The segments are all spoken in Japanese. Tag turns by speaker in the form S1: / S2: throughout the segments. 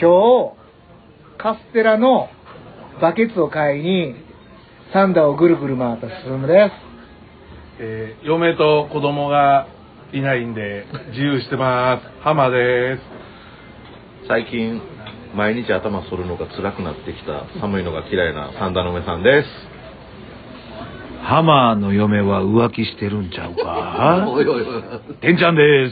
S1: 今日、カステラのバケツを買いに、サンダーをぐるぐる回った進むです。
S2: えー嫁と子供がいないんで自由してます浜です
S3: 最近毎日頭剃るのが辛くなってきた寒いのが嫌いな三田の梅さんです
S4: ハマーの嫁は浮気してるんちゃう
S3: お
S4: か
S3: いおいお
S4: てんちゃんで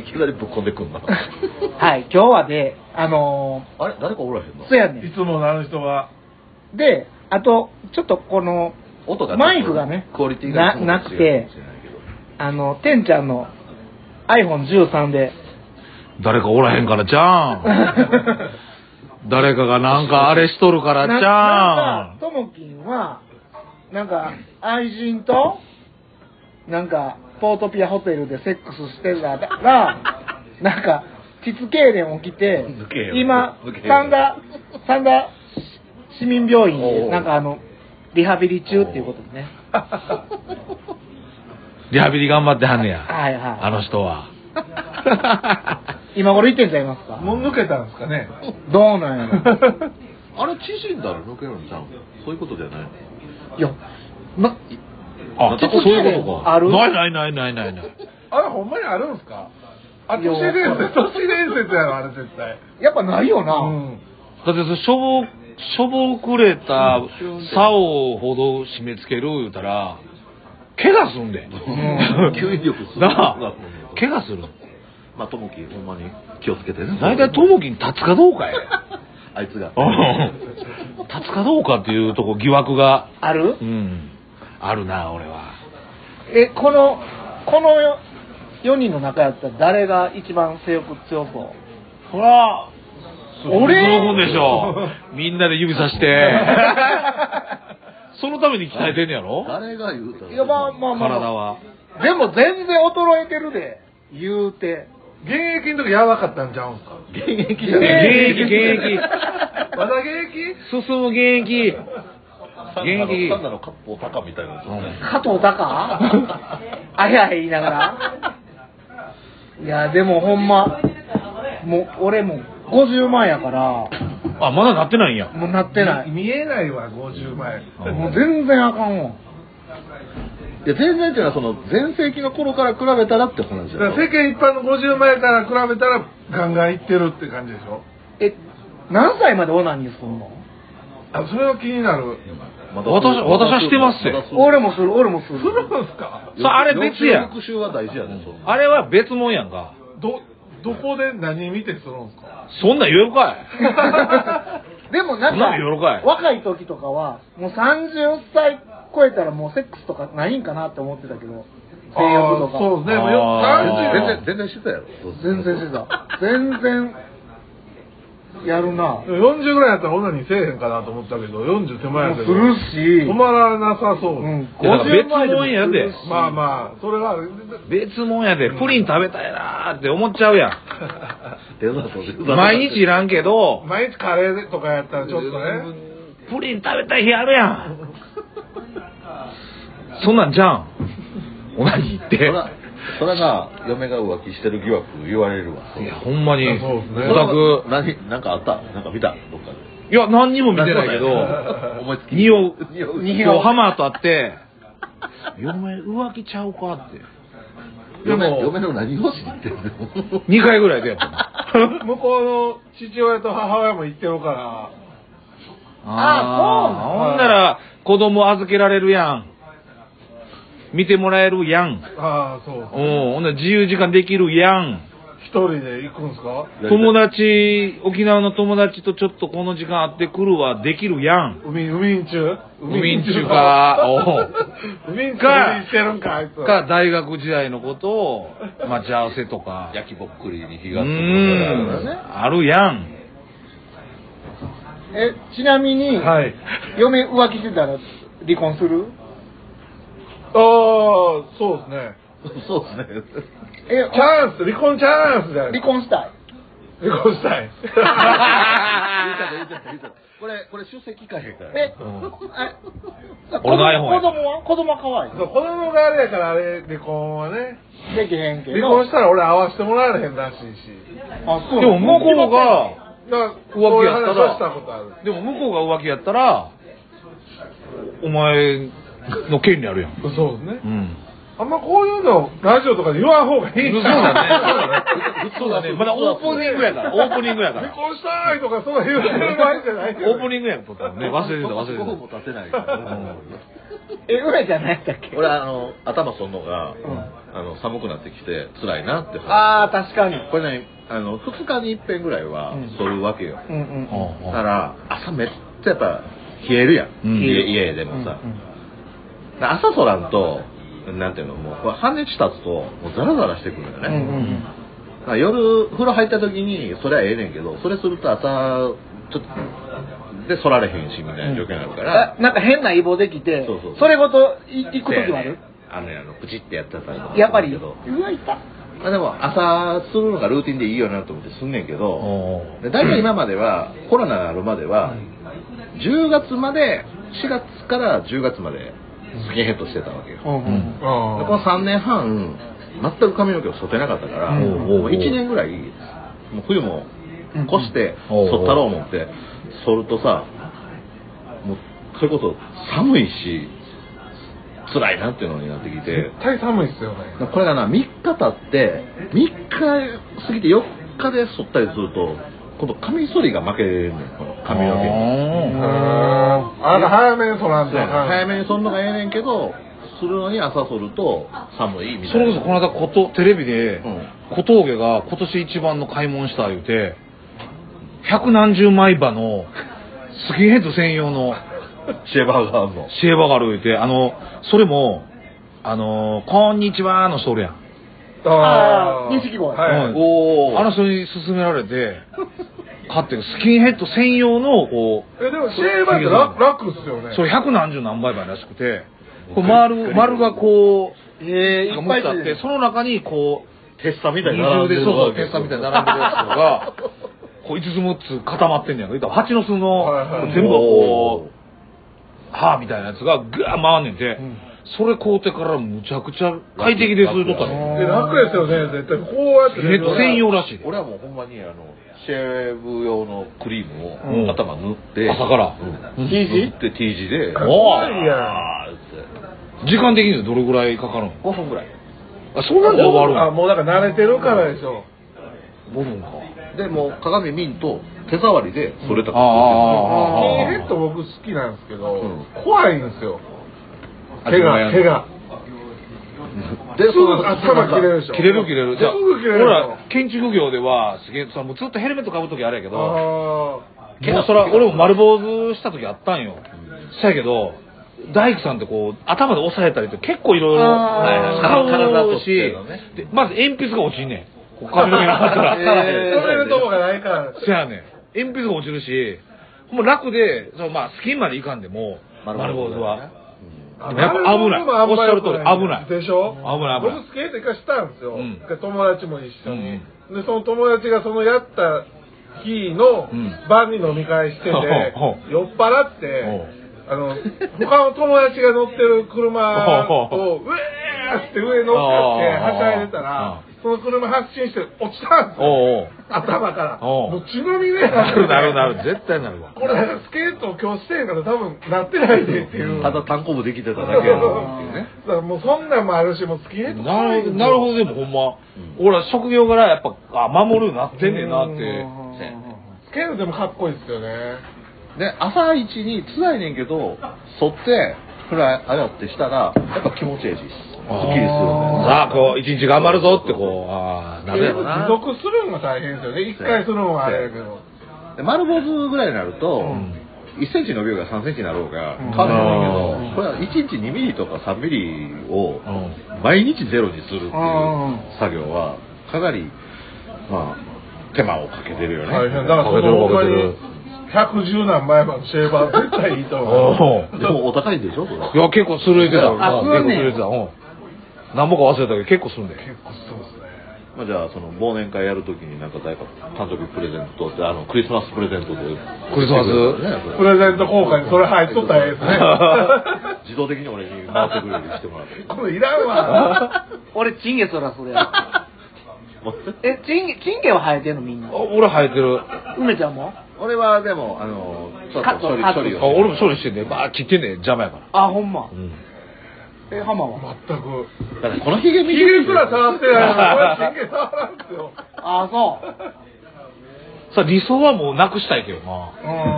S3: いいきなりぶっこんでくんな
S1: はい、今日はで、あの
S3: あれ誰かおらへん
S1: ー、
S3: の
S1: そうやね
S2: い
S1: ん。
S2: つものあの人は
S1: で、あと、ちょっとこの、
S3: 音が
S1: マイクがね
S3: クオリティがいつもと
S1: ななくて
S3: 違うかもしれないけど
S1: あの、てんちゃんの iPhone13 で、
S4: 誰かおらへんからじ ゃん。誰かがなんかあれしとるから
S1: ななん
S4: じ
S1: か、
S4: ゃ
S1: ともきんは、なんか、愛人と、なんか、ポートピアホテルでセックスしてたら、なんか、膣痙攣起きて
S3: 抜け、よ
S1: 今
S3: 抜け、よ
S1: 三田、三田市民病院
S3: お
S1: で、
S3: う
S1: なんかあの、リハビリ中っていうことでね。
S4: ん。 リハビリ頑張ってはんねや。
S1: はいはい。
S4: あの人は。
S1: 今頃行ってんちゃいますか
S2: もう抜けたんですかね
S1: どうなん やろ
S3: あれ縮んだら抜けるんちゃうんそういうことじゃないの
S1: いや、な、
S4: あ、
S3: そ
S1: 膣
S3: ういう
S1: 痙
S3: こと
S1: 攣
S3: か
S1: ある
S4: ないないないないないない。
S2: あれほんまにあるんですかあ
S1: い
S2: 都
S1: や
S2: 市伝説都市伝説やろあれ絶対
S1: やっぱないよな。
S2: うん
S4: だってそのしょぼ、しょぼくれた竿ほど締め付ける言うたら、怪我すんで。
S3: 吸引力する
S4: なあ、怪我する。
S3: まあともきほんまに気をつけてね
S4: 大体ともきに立つかどうかや。
S3: あいつが
S4: うん立つかどうかっていうとこ疑惑が、
S1: ある
S4: うん、あるな、俺は。
S1: え、この、このよ4人の中やったら誰が一番性欲強そう
S4: ほら、
S1: 俺
S4: そうでしょ。みんなで指さして。 そのために鍛えてんねやろ
S3: 誰が言うたら
S1: いや、まあまあまあ。
S4: 体は。
S1: でも全然衰えてるで、言うて。
S2: 現役の時やばかったんちゃうんすか
S3: 現役
S4: 現
S3: じゃない
S4: 役、現役。
S2: まだ現役
S4: 進む現役。現役
S3: サンダの割烹高みたいなやつね
S1: 加 藤鷹あやへ言いながら。いや、でもほんま、もう俺も50万やから、
S4: あ、まだなってないんや。
S1: もうなってない。
S2: 見えないわ50万円
S1: もう全然あかんわ。
S3: いや全然っていうのはその全盛期の頃から比べたらって話
S2: だ
S3: だ
S2: か
S3: よ
S2: ら世間一般の50万円から比べたらガンガンいってるって感じでしょ
S1: え、何歳までオナニーするの
S2: あそれは気になる
S3: まだ
S4: 私私はしてますよ
S3: だそう
S1: 俺もする、俺もする。
S2: そうですか
S4: そうあれ別や
S3: 翌週は大事やねそう
S4: あれは別もんやんか。
S2: どどこで何見てするんですか
S4: そんなん言えるか い
S1: でもなんか
S4: そんなの喜ばい
S1: 若い時とかはもう30歳超えたらもうセックスとかないんかなって思ってたけど性欲とか
S2: あーそうですね
S4: あー
S2: よ
S3: 全
S2: 30
S3: 然全然してたやろ
S1: 全然してた全然やるなも
S2: 40ぐらいやったら女にせえへんかなと思ったけど40手前や
S1: う
S2: け
S1: す
S2: ど
S1: るし
S2: 止まらなさそう、
S1: うん
S4: いやだから別
S1: 50
S4: もんやで
S2: まあまあそれは
S4: 別もんやで。プリン食べた いなーって思っちゃうやん。
S3: デザートデザート
S4: 毎日いらんけど、
S2: 毎日カレーとかやったらちょっとね
S4: プリン食べたい日あるやん。そんなんじゃん。同じっ
S3: そ
S4: て。
S3: らそらな嫁が浮気してる疑惑言われるわ
S4: いや、ほんまに、
S2: いやそうですね
S4: オタク。
S3: 何なんかあったなんか見たどっかで
S4: いや、何にも見てないけど、
S3: 思いつき
S4: 匂う、
S3: 匂う
S4: こうハマーとあって、嫁浮気ちゃうかって。
S3: 嫁
S2: でも
S3: 嫁の何を知ってんの
S4: 2回ぐらいでやったの。
S2: 向こうの父親と母親も行ってるから
S1: あ
S4: ーほんなら、子供預けられるやん。見てもらえるやん。
S2: ああそう
S4: うん、ほんなら自由時間できるやん。
S2: 一人で行くんすか
S4: 友達、沖縄の友達とちょっとこの時間会ってくるはできるやん。
S2: 海海んちゅ
S4: 海んちゅかお
S2: 海んちゅ
S4: か
S2: してるんかあいつ
S4: か、大学時代のことを待ち合わせとか。
S3: 焼きぼっくりに火
S4: うー
S3: がつくの
S4: ん
S3: があるからね、
S4: あるやん。
S1: えちなみに、
S2: はい
S1: 嫁浮気してたら離婚する
S2: ああそうですね
S3: そうですね
S1: え
S2: チャンス離婚チャンスじゃな
S1: 離
S2: いですか
S1: 婚したい
S2: 離婚した い
S3: 言うた言うた言うたこれこれ出席かへんから
S1: え、
S4: うん
S1: あ
S4: 俺の iPhone
S1: 子
S4: や
S1: 供は子供は可愛い
S2: そう子供があれやからあれ離婚はね
S1: できへんけど
S2: 離婚したら俺会わせてもらえへんらしいし
S1: あそう
S4: でも向こうが、
S2: だから
S4: 浮気やった
S2: そういう話は
S4: ら
S2: したことある。
S4: でも向こうが浮気やったらお前の権利あるやん
S2: そうですね
S4: う。ん
S2: あんまこういうの、ラジオとかで言わん方がいい
S4: そうだねそうだねまだオープニングやからオープニングやから
S2: 離婚したいとか、そういう場合じゃない
S4: オープニングやとったもんね忘れてた忘れ
S3: 5分も
S4: て
S3: 経ってないから。
S5: えぐいじゃないんだっけ
S3: 俺、あの、頭そんのが、
S5: ん
S3: あの、寒くなってきて、辛いなって話。
S5: ああ確かに
S3: これね、あの、2日に一遍ぐらいは
S5: うん、
S3: そういうわけよ。
S5: うんうん
S4: た
S3: だから、朝めっちゃやっぱ、冷えるやん。
S4: うん
S3: 家家でもさ。朝そらんと、なんていうの、もう、これ半日経つと、もうザラザラしてくるんだよね。
S5: うんうんうん
S3: まあ夜風呂入った時にそれはええねんけどそれすると朝ちょっとでそられへんしみたいな状況になるから
S5: あ、なんか変なイボできて
S3: そうそう
S5: それごとい行く時もある
S3: あのねあのプチってやってたりとか
S5: やっぱり
S3: する
S5: う
S3: けど
S5: わいた
S3: まあ、でも朝するのがルーティンでいいよなと思ってすんねんけど
S4: お
S3: で大体今まではコロナがあるまでは10月まで4月から10月までスキンヘッドしてたわけよ
S5: う
S3: で
S5: んうん
S2: あ
S3: この3年半全く髪の毛を剃ってなかったから
S5: うん
S3: もう1年ぐらいもう冬も
S5: うん
S3: 越して
S4: うん
S3: 剃ったろう思って剃るとさもうそれこそ寒いし辛いなっていうのになってきて
S2: 絶対寒いっすよね。
S3: これがな3日経って3日過ぎて4日で剃ったりすると今度カミソリが負けるのよこの髪の毛に
S2: うん。
S4: 毛
S2: あら、早めにそらんと。
S3: 早めに剃るのがええねんけどするのに朝剃ると寒いみた
S4: そ
S3: い
S4: れ
S3: な
S4: こそこの間ことテレビで
S3: うん
S4: 小峠が今年一番の買い物した言うて百何十枚刃のスキンヘッド専用の
S3: シェーバーがあるの
S4: シェーバーがある言うてあのそれもあの「こんにちは」の人おるやん
S5: あー錦鯉
S2: はい。
S4: うん
S3: おー
S4: あの人に勧められて買ってスキンヘッド専用のこ
S2: え、でも、シェーバーって楽楽っすよ
S4: う
S2: ね。
S4: それ百何十何倍刃らしくてこう丸丸がこう
S5: ええ
S4: なん
S5: い
S4: か
S5: っ
S4: 持
S5: ぱ
S4: っ
S5: い
S4: てあっ
S5: ついて
S4: て
S5: る
S4: その中にこう
S3: テッサみたいに並
S4: 二重
S3: んで
S4: で
S3: る
S4: そうそうペースターみたいに並んでるや つとかこう5つ6つ固まってんねやんか言ったら蜂の巣の
S2: はいはい
S4: 全部がこう歯みたいなやつがぐわー回んねんて、
S5: ん
S4: それ買うてからむちゃくちゃ快適ですとったの
S5: 楽
S2: で楽ですよね、絶対。こうやって
S4: ヘッド専用らしいで
S3: 俺はもうほんまにあのシェーブ用のクリーム
S4: うん
S3: を頭塗って、
S4: 朝から
S3: うん、
S5: T 字
S3: 塗って T 字で
S2: かっ
S4: お
S2: こ
S4: ー
S2: いいや
S3: あーって
S4: 時間的にはどれぐらいかかるの
S3: 5分ぐらい
S4: あそんなんで終わる
S2: あ、
S4: の
S2: もうだから慣れてるからでしょ。
S4: 5分か
S3: でもう鏡見んと手触りでそれた
S2: キ
S4: あ
S2: ーヘッド僕好きなんですけど
S3: うん、
S2: 怖いんですよ。
S3: あ
S2: 手が、手が。
S3: です
S2: ぐ頭切れるでしょ。
S4: 切れる切れる
S2: すぐ切れるでし
S4: ほ
S2: ょ。
S4: ら建築業ではすげえそのもうずっとヘルメットかぶる時あれやけど
S2: あ
S4: けどそら俺も丸坊主した時あったんよしたけど大工さんってこう頭で押さえたりって結構いろいろ
S5: あ
S3: ー
S4: 使う
S3: 体と
S4: し
S3: してのね、
S4: でまず鉛筆が落ちんねんこう髪の毛なかったら
S2: あ。
S3: えー
S2: 止めるとこがないから。
S4: せやねん鉛筆が落ちるしもう楽でそのまあスキンまでいかんでも丸坊主は。でもやっぱ危ない
S2: でもあんま良く
S4: おっしゃる通り危ない
S2: でしょ
S4: 危ない危ない
S2: 僕スケート一回したんですよ、
S4: うん
S2: 一回友達も一緒に、でその友達がそのやった日の
S4: うん
S2: 晩に飲み会してて、
S4: ほう
S2: 酔っ払って、あの他の友達が乗ってる車 をウェーって上に乗っかって
S4: ほうほう
S2: はしゃいでたらその車発進して落ちたんですよ
S4: おうおう
S2: 頭から
S4: ほう
S2: もう血まみれに
S4: なるなるな
S2: って
S4: る絶対なるわ
S2: これスケートを今日してんから多分なってないでっていう
S3: ただ単行部できてただけやなっていうね
S2: だからもう そんなんもあるし、もう付き合いとか
S4: なるなるほどでもほんま、俺は職業柄やっぱあ守るなってんねんなって
S2: 付き合いでもかっこいいですよね。
S3: で朝一に辛いねんけど剃ってフライ洗ってしたらやっぱ気持ちいいしすっきりするんだよね
S4: さあこう一日頑張るぞってこうああなるやろ
S2: 持
S4: な
S2: 続するのが大変ですよね。一回するのはあれやけど。
S3: で丸坊主ぐらいになると、
S4: ん
S3: 1センチ伸びようが3センチになろうが
S5: うん
S3: 変わらない
S4: うん
S3: けど、これは1日2ミリとか3ミリを
S4: う
S3: 毎日ゼロにするっていう
S5: うん
S3: 作業はかなり、まあ、手間をかけてるよね。
S2: 大変。だからそ
S3: かけてる
S2: のほんま
S3: かけて
S2: に
S3: る、
S2: 110何枚まのシェーバー絶対いいと思う。
S4: おう
S3: でもお高いんでしょそれ
S4: いや結構するいてた
S5: あ
S4: うん結
S5: する
S4: 構
S5: ね
S4: するいてたうん何もか忘れたけど結構するんだよ
S2: 結構そうですね。
S3: まあ、じゃあその忘年会やるときになんか誰か誕生日プレゼントとあのクリスマスプレゼントで
S4: クリスマス
S2: プレゼント交換にそれ入っとったらええ ですね。
S3: 自動的に俺に回ってくるようにしてもらって
S2: これいらん わ。
S5: 俺チン ゲそらそれやえチンゲチンゲは生えてんのみんな
S4: あ俺生えてる
S6: 梅ちゃんも
S5: 俺はでも、あの、ちょっ
S6: カッ
S5: と
S6: ト
S5: 処理
S6: カット
S5: 処理を
S3: あ俺も処理してんねバー切ってんね邪魔やから、
S6: あほんま
S3: うん、
S6: え浜は
S2: 全く。
S5: だからこのヒゲ見
S2: ヒ
S5: て
S2: ゲすら 触ってない。俺、ヒゲ触らんすよ。
S6: あそう
S3: さ理想はもうなくしたいけどな、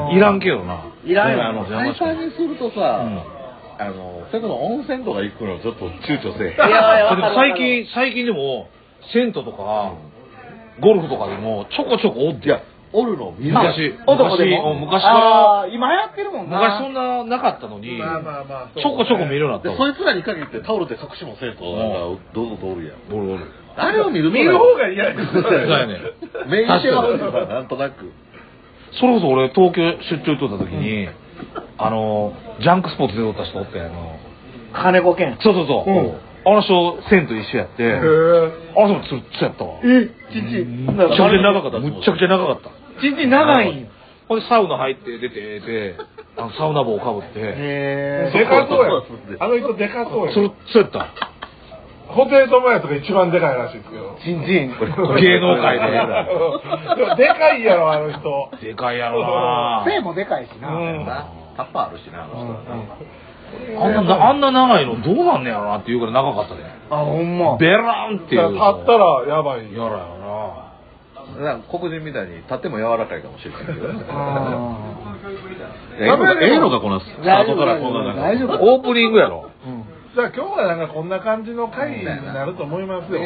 S6: うん
S3: いらんけどない
S6: らんよ
S3: そあの邪魔しか
S5: 簡単にするとさ、
S3: うん
S5: あの、それこそ温泉とか行くのちょっと躊躇せえへん。
S6: いやいやわかるわ
S3: でも
S6: かる
S3: 最近最近でも銭湯とかゴルフとかでもちょこちょこおって
S5: いや、おるの見る
S3: 昔
S6: まあ男で
S3: 昔う
S6: も
S3: ん昔から
S6: あー今流行ってるもんな
S3: 昔そんななかったのに、
S2: まあまあまあそう
S3: ちょこちょこ見るようになった
S5: で、
S3: もん
S5: そいつらに限ってタオルで隠しもせんと、なんか、どうぞとおるやん。
S3: おるおる
S5: あれを見るのが
S2: 見る方が嫌です。
S5: そう
S3: やね
S5: メインシェアはさなんとなく。
S3: それこそ俺東京出張行っとった時に、あのジャンクスポーツでおった人おってあの
S6: 金子健
S3: そうそうそう、
S6: うん
S3: あの人銭湯一緒やって、
S2: へー
S3: あの人もツルッツルやったわ
S6: え父
S3: むっちゃくちゃ長かったむっちゃくちゃ長かった
S6: 父長いんよ
S3: ほんでサウナ入って出てであのサウナ帽をかぶって
S6: へ
S2: で
S6: え
S2: かそうやん。あの人でかそうや
S3: ツル
S2: ん。
S3: ッツルやった
S2: ホテル友達とか一番でかいらしいですけど。
S6: ちんちん
S3: 芸能界
S2: で。でもでかいやろ、あの人。
S3: でかいやろな
S6: 背もでかいしな、
S2: うん
S5: タッパーあるしな、あの人。
S3: あんななあんな長いのどうなんねやろなっていうからい長かったね
S6: あほんま
S3: ベランってい
S2: だ
S3: う
S2: から立った
S3: や
S2: らやばい。
S3: らやな
S5: なんか黒人みたいに立っても柔らかいかもしれないけど。
S6: あ
S5: ええのかええのか、このスタートからこんな中
S6: 大丈夫大丈夫
S3: オープニングやろ
S6: ーうん
S2: じゃあ今日はなんかこんな感じの会になると思いますよ。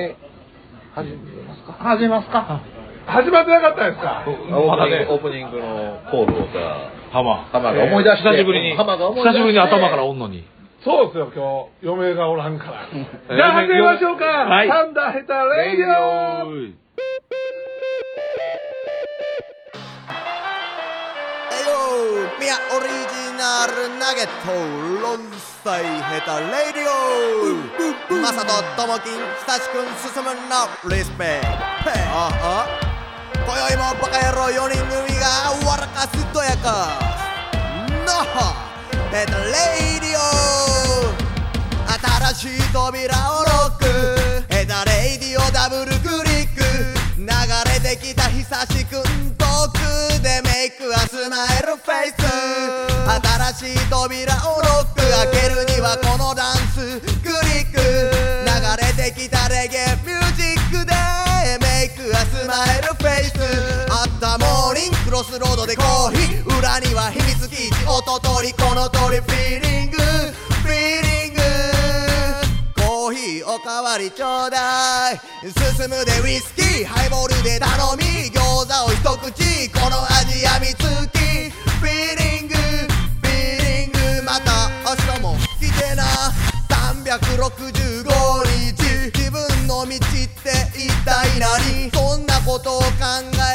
S6: 始めますか始めますか
S2: 始まってなかったですか
S3: まだね
S5: オープニングのコールをさ、
S3: 浜
S5: 浜が思い出して
S3: 久しぶりに
S5: 浜が思い出して
S3: 久しぶりに頭からおんのに
S2: そうですよ、今日。嫁がおらん から。じゃあ始めましょうか。
S3: はい
S2: サンダーヘタレイディオ
S7: えよミヤオリジナルナゲット論裁ヘタレディオマサとともきん久しくん進むのリスペクトああ今宵もバカ野郎4人組が笑かすとやかノーヘタレディオ新しい扉をロックヘタレイディオダブルクリック流れてきた久しくんトークでメイクはスマイルフェイス新しい扉をロック開けるにはこのダンスクリック流れてきたレゲエミュージックでメイクはスマイルフェイスあったモーニングクロスロードでコーヒー裏には秘密基地音取りこの鳥フィーリングフィーリングコーヒーおかわりちょうだい進むでウイスキーハイボールで頼み餃子を一口この味やみつきフィーリングフィーリングまた明日も来てな365日自分の道って一体何そんなことを考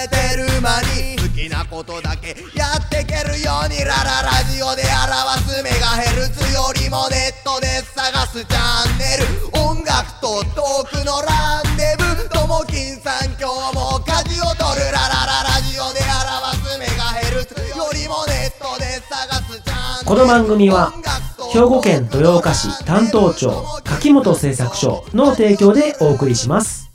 S7: えてる間に好きなことだけやってけるようにラララジオで表すメガヘルツよりもネットで探すチャンネル音楽とトークのランデブーともきんさん今日も舵を取るララララジオで表すメガヘルツよりもネットで探すチャンネル
S1: この番組は兵庫県豊岡市担当庁柿本製作所の提供でお送りします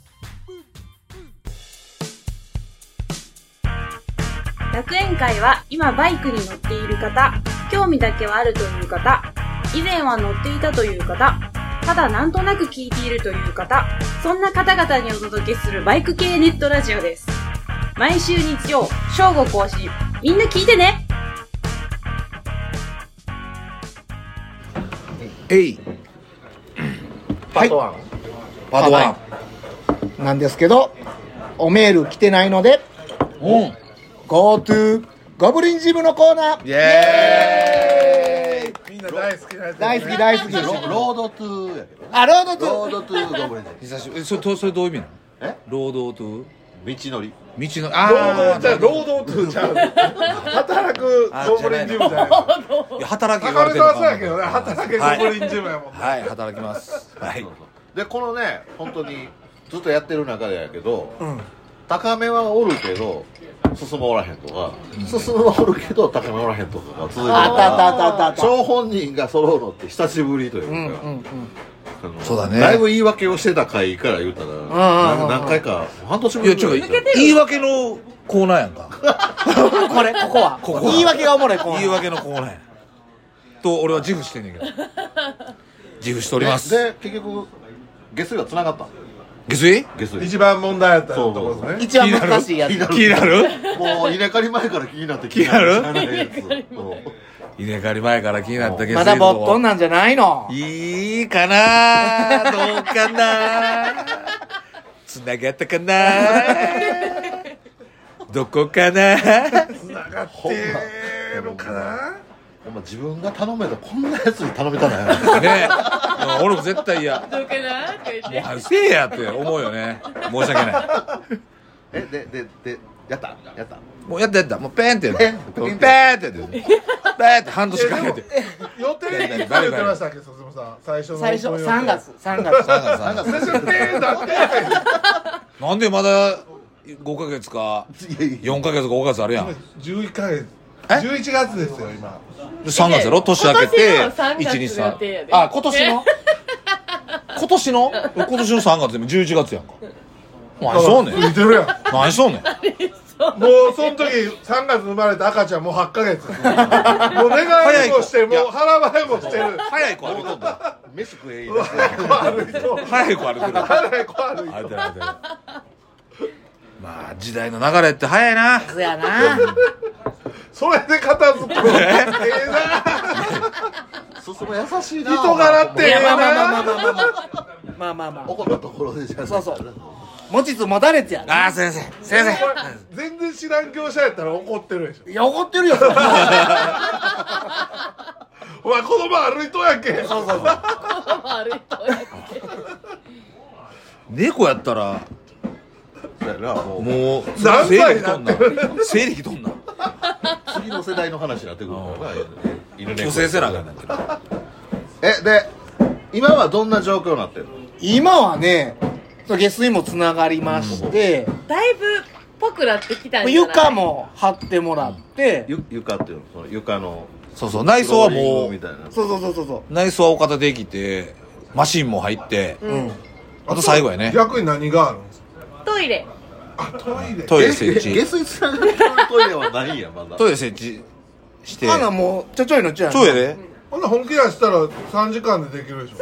S8: 楽園会は今バイクに乗っている方、興味だけはあるという方、以前は乗っていたという方、ただなんとなく聞いているという方、そんな方々にお届けするバイク系ネットラジオです。毎週日曜、正午更新。みんな聞いてね
S7: えい
S6: パート
S7: 1パート1
S6: なんですけどおメール来てないので GoTo ゴブリンジムのコーナー
S5: イエ
S2: みんな大好きなやつ。
S6: 大好き大好き
S5: ーイロロードトゥーやけど。
S6: あロード
S5: ロ
S6: 2
S5: ードトゥーゴブリンズ
S4: 久しぶりそれとそれどういう意味なの
S5: え
S4: 労働と
S5: 道のり。
S4: 道の
S2: 労働
S4: あ
S2: じゃあ労働とちゃう。働くゴブリンジムじゃない。
S4: あいや働き言
S2: 高
S4: わ
S2: 見
S4: れてる
S2: さんはそ
S4: の
S2: うや
S4: か
S2: けどね、働けゴブリンジムやもん。
S4: はい働きますはい
S5: で、このね、本当にずっとやってる中でやけど、高めはおるけど、進むおらへんとか、進むはおるけど、高めおらへんとかが続いてるから
S6: あったあったあったあったあった
S5: 張本人が揃うのって久しぶりというか、あの
S4: そうだね
S5: いぶ言い 訳をしてた回から言うたら、な何回か、半年ぶり
S4: いやちょっと
S5: ぐらい
S4: 言い訳のコーナーやんか。
S1: これ、ここは。
S4: ここは
S1: 言い訳がおもろい、こ
S4: 言い訳のコーナーや。と、俺は自負してんねんけど。自負しております。
S5: で結局下水は繋がった
S4: 下水
S5: 下水
S2: 一番問題やったところですね。
S1: 一番難しいやつ。
S4: 気になる
S5: もう稲刈り前から気になって気
S4: 気
S5: ないやつそう
S4: 稲刈り前から気になった下水
S1: まだぼっとんなんじゃないの。
S4: いいかなどうかなつながったかな どこかな
S5: ほんまほんま自分が頼めたこんなやつに頼みたない
S4: ね え俺も絶対嫌
S9: どうかなとか言っ
S4: もう
S9: て。
S4: はせえやって思うよね申し訳ない
S5: えでででやったやった
S4: もうやったやったもうペンってやったペ
S5: ペ
S4: ン
S5: ン
S4: ってやってペンって半年か けて
S2: 予定でいつ言ってましたっけ、そずむさん。最初の。
S1: 最初、3。月、3月。
S4: なんかさ
S2: 最初のペンだって。
S4: なんでまだ5ヶ月か
S5: いやいや
S4: 4ヶ月か5ヶ月あるやんで
S2: 11ヶ月。
S4: え
S2: 11月ですよ、今。
S4: 3月やろ年明けて
S9: 今年の3月の予
S4: 123
S9: 定やで
S4: あ今年の今年の今年の3月でも11月やんか何しとんねん
S2: 言ってるやん。
S4: 何しとんねん
S2: もうその時3月生まれた赤ちゃんもう8ヶ月もう寝返りもしてもう腹ばいもしてる
S4: 早い子歩いとんだ
S5: 飯食え
S2: 悪いと
S4: 早い子歩いてる
S2: 腹い怖い
S4: 歩いてる歩いてるまあ時代の流れって早いな
S1: そうやな。
S2: それで片付くのええ
S5: 進む優しい
S2: な
S5: な
S2: 人柄ってえ
S1: い
S2: え
S1: や、まあまあまあ
S2: な
S1: まあまあまあ。まあまあまあ。
S5: 怒ったところでじゃそうそう
S1: 持ちつ持たれつやな。
S4: ああ先生先生
S2: 全然知らん業者やったら怒ってるでし
S1: いや、怒ってるよ、それそ
S2: ょお前子供歩いとんやんけ
S1: うそうそう。
S9: 悪いとやって。
S4: 猫やったら
S5: やなもう
S4: もう
S2: 何
S4: 生
S2: 歳
S4: 理
S2: にな
S4: と
S2: っ
S4: ん
S2: て
S4: な生理きとんな
S5: 次の世代の話になってくるからな犬
S4: 女
S5: 猫
S4: 性せなあかんねんけど
S5: えで今はどんな状況になってるの
S1: 今はね、そう下水もつながりまして、
S9: だいぶぽくなってきたんじゃない
S1: 床。も張ってもらって、
S5: ゆ床っていうのその床の
S4: そうそう内装はも
S5: フローリングみ
S4: う
S5: たいな
S1: そうそうそうそうそ
S4: 内装はお方できてマシンも入って
S1: う。うん。
S4: あと最後やね
S2: 逆に何があるんですか
S9: トイレ。
S2: あトイレ
S4: トイレ
S5: え
S4: 設
S5: 下
S4: 置
S5: 水つながってるトイレはないんやまだ
S4: トイレ設置して
S1: あなもう、ちょちょいのちょいの。
S4: トイレ
S2: ほんなら本気出したら3時間でできるでしょ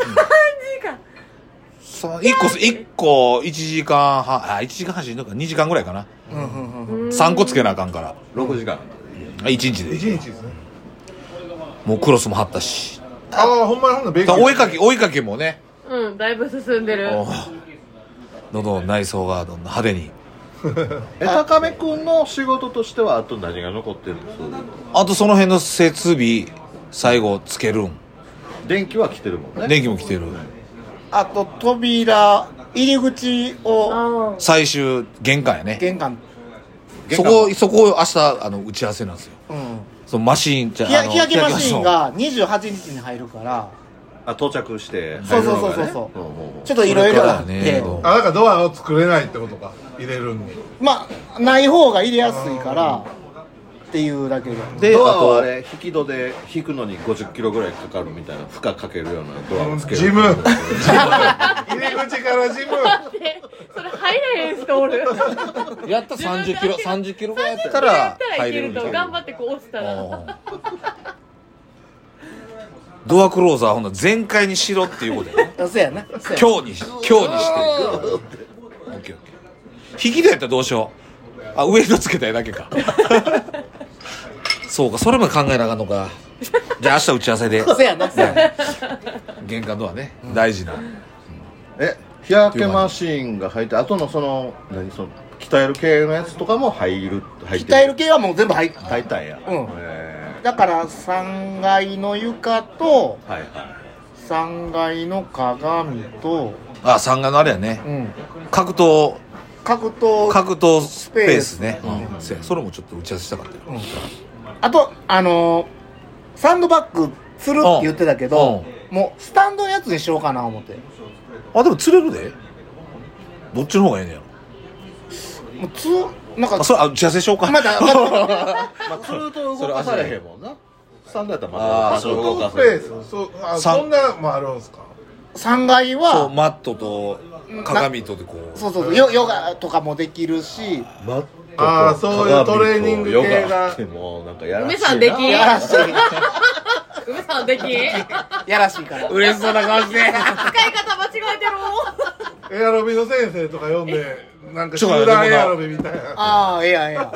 S4: そう一個一個1時間半あ1時間半しんどいか2時間ぐらいかな
S1: うんうんうん。
S4: 3個つけなあかんから
S5: 6時間
S4: 1日で
S2: 1日ですね
S4: もうクロスも張ったし
S2: ああほんまにほんなら勉
S4: だ
S2: 強
S4: から追いかけ追いかけもね
S9: うん、だいぶ進んでる。
S4: お喉の内装がどんどん派手に
S5: え高め君の仕事としてはあと何が残ってるんです
S4: あとその辺の設備最後つけるん
S5: 電気は来てるもんね
S4: 電気も来てる
S1: あと、扉、入り口を、
S9: あ
S4: 最終玄関やね
S1: 玄関。
S4: そこそこ明日あの打ち合わせなんですよ
S1: うん。
S4: そのマシーンじゃ
S1: 日
S4: あの
S1: 焼日焼けマシーン
S4: 日焼
S1: が28日に入るから、
S5: あ到着して
S1: そうそうそうそう
S5: 入るのがねんんうん
S1: ちょっといろいろあっ
S4: それからね
S1: て、
S4: どう
S2: あだからドアを作れないってことか入れるんに
S1: まあ、ない方が入れやすいから、っていうだけで。
S4: けマシンであ
S5: ドア
S4: と
S5: はあれ引き戸で引くのに50キロぐらいかかるみたいな負荷かけるようなドアをつける
S2: ジム入り口からジム
S9: あ。で、それ入らへん人おる。
S4: やったら30キロ30キロぐらいやった
S9: や
S4: ら
S9: ったらい
S4: 入
S9: け
S4: れる
S9: る
S4: んで
S9: と
S4: すよ
S9: 頑張ってこう押したら。
S4: うんドアクローザーほんなら全開にしろっていうことやね
S1: そうやな。そうやな
S4: 今日にし今日にしてオッケーオッケー引き戸やったらどうしようあ上のつけたいだ けかそうかそれも考えなあかんのかじゃあ明日打ち合わせで
S1: そうやな。そうやな。
S4: 玄関ドアね大事な
S5: え日焼けマシーンが入ってあとのその何その鍛える系のやつとかも入る入って
S1: 鍛える系はもう全部入っ
S5: 入ったんや
S1: うん
S5: え
S1: だから、3階の床と、
S5: ーはいは
S1: 3階の鏡と、
S4: あ三階のあれやね
S1: うん。
S4: 格闘
S1: 格闘、
S4: 格闘スペースね
S1: スペース
S4: うんそうやそれもちょっと打ち合わせしたかったよ
S1: あと、あのーサンドバッグ釣るって言ってたけど、もうスタンドのやつにしようかな思って。
S4: あでも釣れるでどっちの方がええねやろ
S1: もうつ、なんか
S4: あ、それあ打ち合わせしようか
S1: ま だ、
S5: いまあ釣ると動かされへんもんなスタンドやったら
S4: あ
S5: ま
S4: ー
S5: だ
S4: そう
S2: フ
S5: 動
S2: ォ
S5: か
S2: ト
S5: さ
S2: ス
S5: れへ
S2: ペ
S5: ん
S2: ースそあ
S4: さん
S2: そんなのもあるんですか
S1: 3階
S4: そう
S1: は、
S4: マットと鏡とでこう
S1: そうそうそう、ヨヨガとかもできるし、
S5: マッ
S2: あーそういうトレーニング系が
S5: 鏡とヨガもうなんかやらし
S9: 梅
S5: いな
S9: さんでき
S1: やらしい。
S9: 梅さんでき使い
S1: やらしいから。
S4: 嬉しそうな顔して。
S9: 方間違えてる
S2: エアロビの先生とか読んでなんか
S4: ち
S2: 集
S4: ょっと待っ
S2: 団
S4: て
S2: エアロビみたいな
S1: ああ、ええやんええや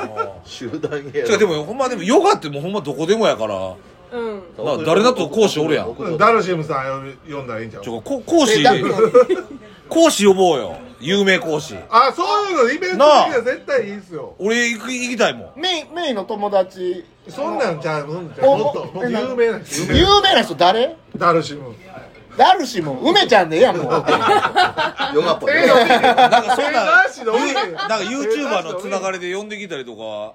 S5: 集団
S4: て
S5: 芸
S4: かでもほんまでもヨガってもうほんまどこでもやから。
S9: うん
S4: な誰だと講師おるやん
S2: ダルシムさん読み読んだらいいんちゃう
S4: ちょこ講師
S1: えだ
S4: 講師呼ぼうよ。有名講師。
S2: あそういうのイベント的には絶対いいっすよ
S4: 俺行く行きたいもん。
S1: ん。メイ、メイの友達、
S2: そんなんちゃうそんなんちゃうもっと
S1: お
S2: 僕有名な人有名な
S1: 有名な人誰
S2: 人ダルシム
S1: ダルシム、梅ちゃんでええやん、もう。
S5: ヨガっぽい
S4: なんかそんな
S2: えーなしの
S4: ゆなんかユーチューバーのつながりで呼んできたりとか、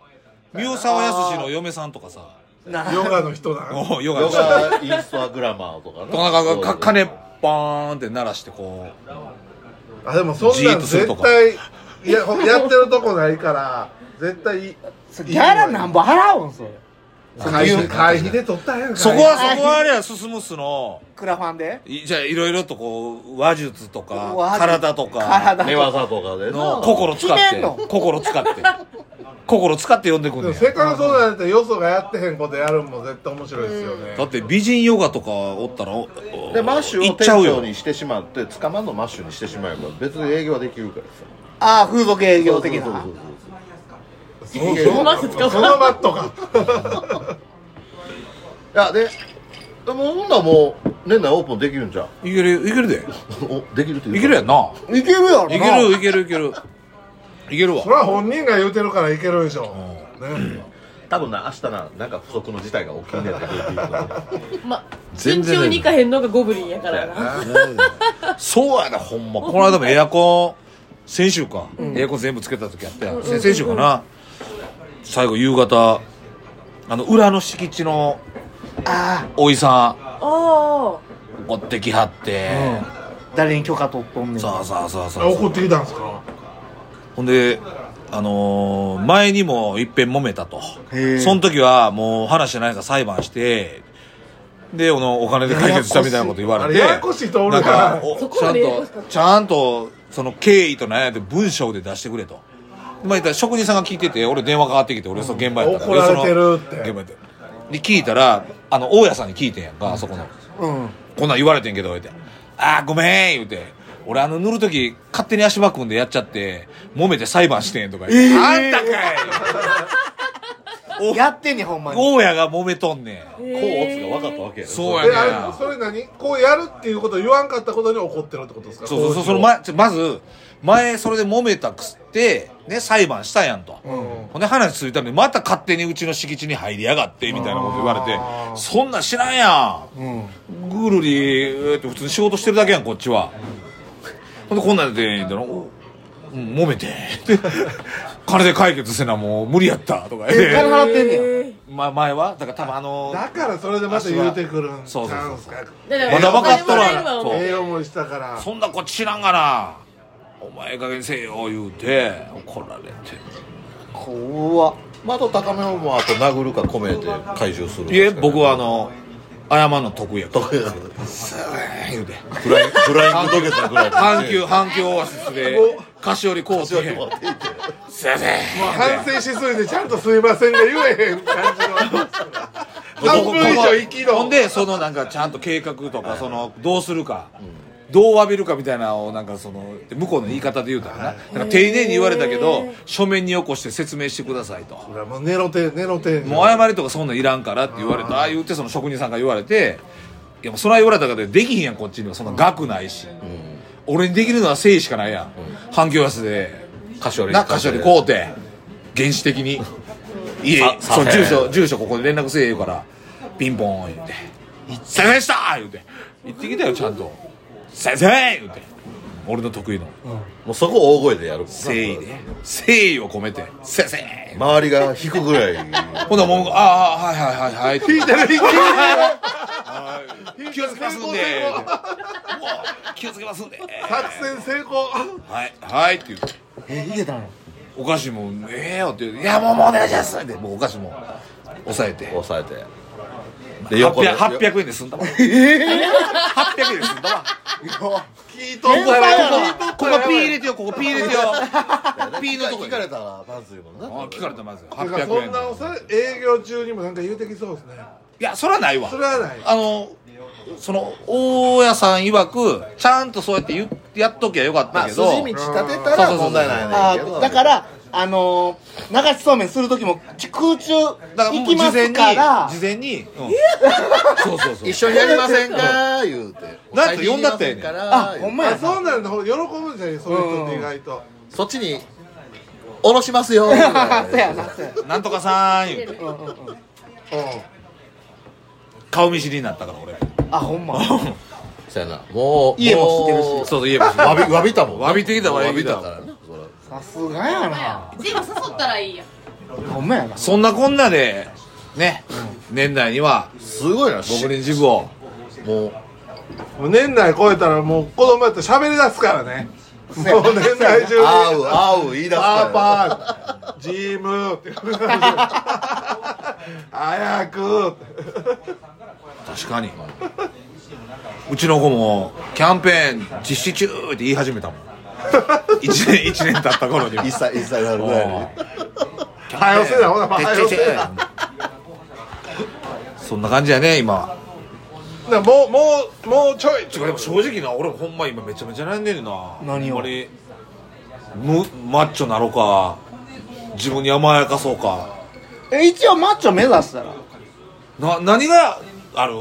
S4: 三沢康の嫁さんとかさ、
S2: ヨガの人なん
S4: おうヨガ
S5: ヨ
S4: の人と
S5: ガインスタグラマーとかな
S4: なんかか金バーンって鳴らしてこう。
S2: あでもそん
S4: じー
S2: な
S4: っ
S2: ん
S4: とすると
S2: 絶
S4: か
S2: 対いやほんやってるとこないから絶対いい
S1: それギャラなんぼ払うんそれ。
S2: 会費会費で取ったんやん
S4: そこはそこはあれや進むっすの。
S1: クラファンで
S4: いじゃあいろいろとこう話術とか
S1: 話術
S4: 体とか
S1: 体
S5: 寝技とかで
S4: の
S5: な
S4: 心使っ
S1: 決め
S4: て
S1: んの
S4: 心使って心使って呼んでくん
S2: で
S4: ね
S2: も
S4: ん
S2: せっかくそうなんてよそがやってへんことやるんも絶対面白いですよね
S4: だって美人ヨガとかおったらおお
S5: でマッシュ
S4: 行
S5: を
S4: っちゃ
S5: 店
S4: う
S5: 長
S4: よ
S5: にしてしまって捕まんのマッシュにしてしまえば別に営業はできるからさ
S1: ああ、風俗営業的
S5: そうそう
S1: な
S5: そう。そう
S2: そうそう
S9: マジ使う
S2: そのマットか
S5: いやででもほんならもう年内オープンできるんじゃん
S4: いけるいけるで
S5: おできるって
S4: いけるやんない
S1: けるやろ
S4: いけ
S1: な。
S4: るいけるいけるいけるわ
S2: それは本人が言うてるからいけるでしょね
S5: 多分な明日ななんか不足の事態が起きるんねやったらできるけど
S9: ま慎重にいかへんのがゴブリンやからな
S4: そうやなほんまこの間もエアコン先週か、エアコン全部つけた時あったやん、先先週かな、最後夕方あの裏の敷地のおいさん
S9: あ
S4: 持ってきはって、
S1: 誰に許可取っとんねん。
S4: さあさあさあさあ
S2: 怒ってきたんすか
S4: ほんであのー前にもいっぺん揉めたと
S1: へえ
S4: その時はもう話してないから裁判してでこのお金で解決したみたいなこと言われて
S2: ややこしいあれややこしい人お
S4: な
S2: る
S4: ん
S2: か
S4: からお
S9: そ
S4: ち
S9: こ
S4: ゃ
S9: ま
S4: ん
S9: でややことしかった
S4: ちゃんとその経緯と何やって文章で出してくれとまあ言ったら職人さんが聞いてて俺電話かかってきて俺その現場やったから、
S2: 怒られ
S4: 俺その
S2: てるって
S4: 現場やったで聞いたらあの大家さんに聞いてんやんかあそこの、こんなん言われてんけど言うて「ああごめん」言うて「俺あの塗る時勝手に足場組んでやっちゃって揉めて裁判してん」とか言って、あんたかい
S1: やってんねん、ほんまに。
S4: お大家が揉めとんねん
S5: こうつが分かったわけやね
S4: そうや
S2: え
S4: ねん
S2: あれそれ何こうやるっていうことを言わんかったことに怒ってるってことですか
S4: そうそうそうその
S2: 前
S4: 前ちょまず前それで揉めたくすってね裁判したやんと、ほんで話するためにまた勝手にうちの敷地に入りやがってみたいなこと言われてそんなん知らんやん、ぐるりえーって普通に仕事してるだけやんこっちは、ほんでこんなんで言うたらおうん揉めて で金で解決せなもう無理やったとか言っ
S1: え、金
S4: て、
S1: 払ってんねん。
S4: ま、前はだから多分あの
S2: だからそれでまた言うてくるんちゃ
S4: そうそうそう
S2: うんすか
S9: だ
S4: まだ分かっとらんそう
S2: ええ思いしたから
S4: そんなこっち知らんがなお前ええ加減せえよ言うて怒られて
S1: 怖っ。
S5: まああと高めもあと殴るか込めて回収する
S4: いえ僕はあの謝るの得意やから
S5: フラ
S4: 言うて
S5: インフライング土下座ぐらい
S4: 阪急阪急オアシスで菓子折り買うてすいません
S2: 反省しすぎてちゃんとすいませんが言えへん感じの半分以上生き
S4: ほん
S2: ろ
S4: でそのなんかちゃんと計画とかそのどうするか、どう詫びるかみたいなのをなんかその向こうの言い方で言うたらななんか丁寧に言われたけど書面に起こして説明してくださいと
S2: もうネロテネロテ
S4: もう謝りとかそんなんいらんからって言われたああ言うてその職人さんが言われていやもうそれは言われたからできひんやんこっちにはそんな額ないし、俺にできるのは誠意しかないやん、反響安で
S5: 菓子折り
S4: な菓子折り買うて原始的に「いえ
S5: さ
S4: そう
S5: さ
S4: 住所住所ここで連絡せえ」言うからピンポン言うて「先生でした!」言うて「行ってきたよちゃんと先生!」言うて俺の得意の
S5: もうそこ大声でやる
S4: 誠意で誠意を込めて「先生!」
S5: 周りが引くぐらい
S4: ほんならもう「ああはいはいはいはい」
S2: 聞いてる聞いてる
S4: 気をつけますんで
S2: 成功成
S4: 気をつけますんで
S2: 作戦成功
S4: はいはいって言って
S1: え、いけたの
S4: お菓子も「ええよ」って言って「いやもうもうお願いします」ってもうお菓子も押さえて
S5: 抑えてで横で
S4: 800, 800円で済んだわ800円で済んだわ
S2: 聞
S5: 聞いとったら
S4: ここここピー入れてよここピー入れて よピーのとこ
S5: 聞かれたらまずいもんな
S4: あ聞かれたまず
S2: だから
S4: 800
S2: そ
S4: 円
S2: んなおさ営業中にもなんか言うてきそうですね
S4: いやそれはないわ
S2: それはない
S4: あのその大家さん曰くちゃんとそうやって言っやっときゃよかっ
S5: ま
S4: た
S5: あ
S4: け
S5: 筋
S4: ど、
S5: 道立てたら問題ない
S1: あ
S5: ねんけど
S1: だから、あのー、流しそうめんする時もち空中
S4: だからも
S1: 行
S4: う
S1: き
S4: 事
S1: ま
S4: 前
S1: す
S4: に
S1: から
S4: 事前に、うん、そうそうそう
S5: 一緒にやりませんか言うて
S4: なんと呼んだってええねん
S5: あ
S1: ほんまや
S2: あそうなんだほら喜ぶんじゃないそういう人って意外と
S5: そっちに下ろしますよ
S1: そうやなそうや
S4: なんとかさーん言うて顔見知りになったから俺
S1: あほんま
S5: そうやなもう
S4: 家も
S5: 知ってるしそうそう家も知ってるわびわびたもん
S4: わびてきたわびてきた
S5: わからなそら
S1: さすがやな
S9: 全部誘ったらいいや
S1: ほんまやな
S4: そんなこんなでね、年内には
S5: すごいな
S4: 僕にジブを
S5: もう
S2: もう年内超えたらもう子供やったら喋り出すからねもう年内中に
S5: 合う合う言い出す
S2: パー
S5: から
S2: パージームって早く
S4: 確かにうちの子もキャンペーン実施中って言い始めたもん1年一年経った頃に
S5: 一歳一歳になるぐらいに
S2: 早押せなほら
S4: てっ
S2: 早
S4: ちゃい
S2: 押
S4: ち
S2: せ
S4: ゃい
S2: な
S4: そんな感じやね今は
S2: なもうもうもうちょい
S4: ちょでも正直な俺ほんま今めちゃめちゃ悩んでるな
S1: 何を
S4: ほんまにむマッチョなのか自分に甘やかそうか
S1: え一応マッチョ目指したら
S4: な何がある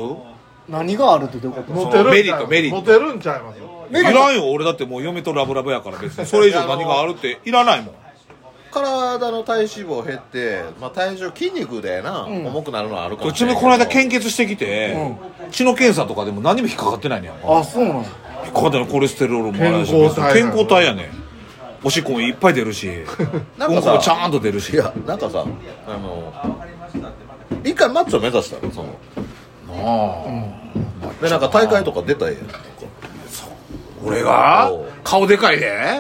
S1: 何があるってどういうこと
S2: モテるんちゃう
S4: メリットメリット
S2: モテるんちゃいます
S4: いらんよ俺だってもう嫁とラブラブやか ら別にそれ以上何があるっていらないもん
S5: 体の体脂肪減って、まあ、体重筋肉でな、重くなるのはあるかも
S4: ちなみにこの間
S5: 血
S4: 献血してきて、血の検査とかでも何も引っかかってないねやんか
S1: あそうなの
S4: 引っかかってないコレステロールもあるし
S2: 健康体
S4: 健康体やねおしっこもいっぱい出る し
S5: なん
S4: うん
S5: か
S4: こ
S5: さ
S4: もちゃんと出るし
S5: いやなんかさあの一回マッチョ目指したのその
S4: なあ
S5: でなんか大会とか出たらええやん
S4: 俺が
S5: おう
S4: 顔でかいで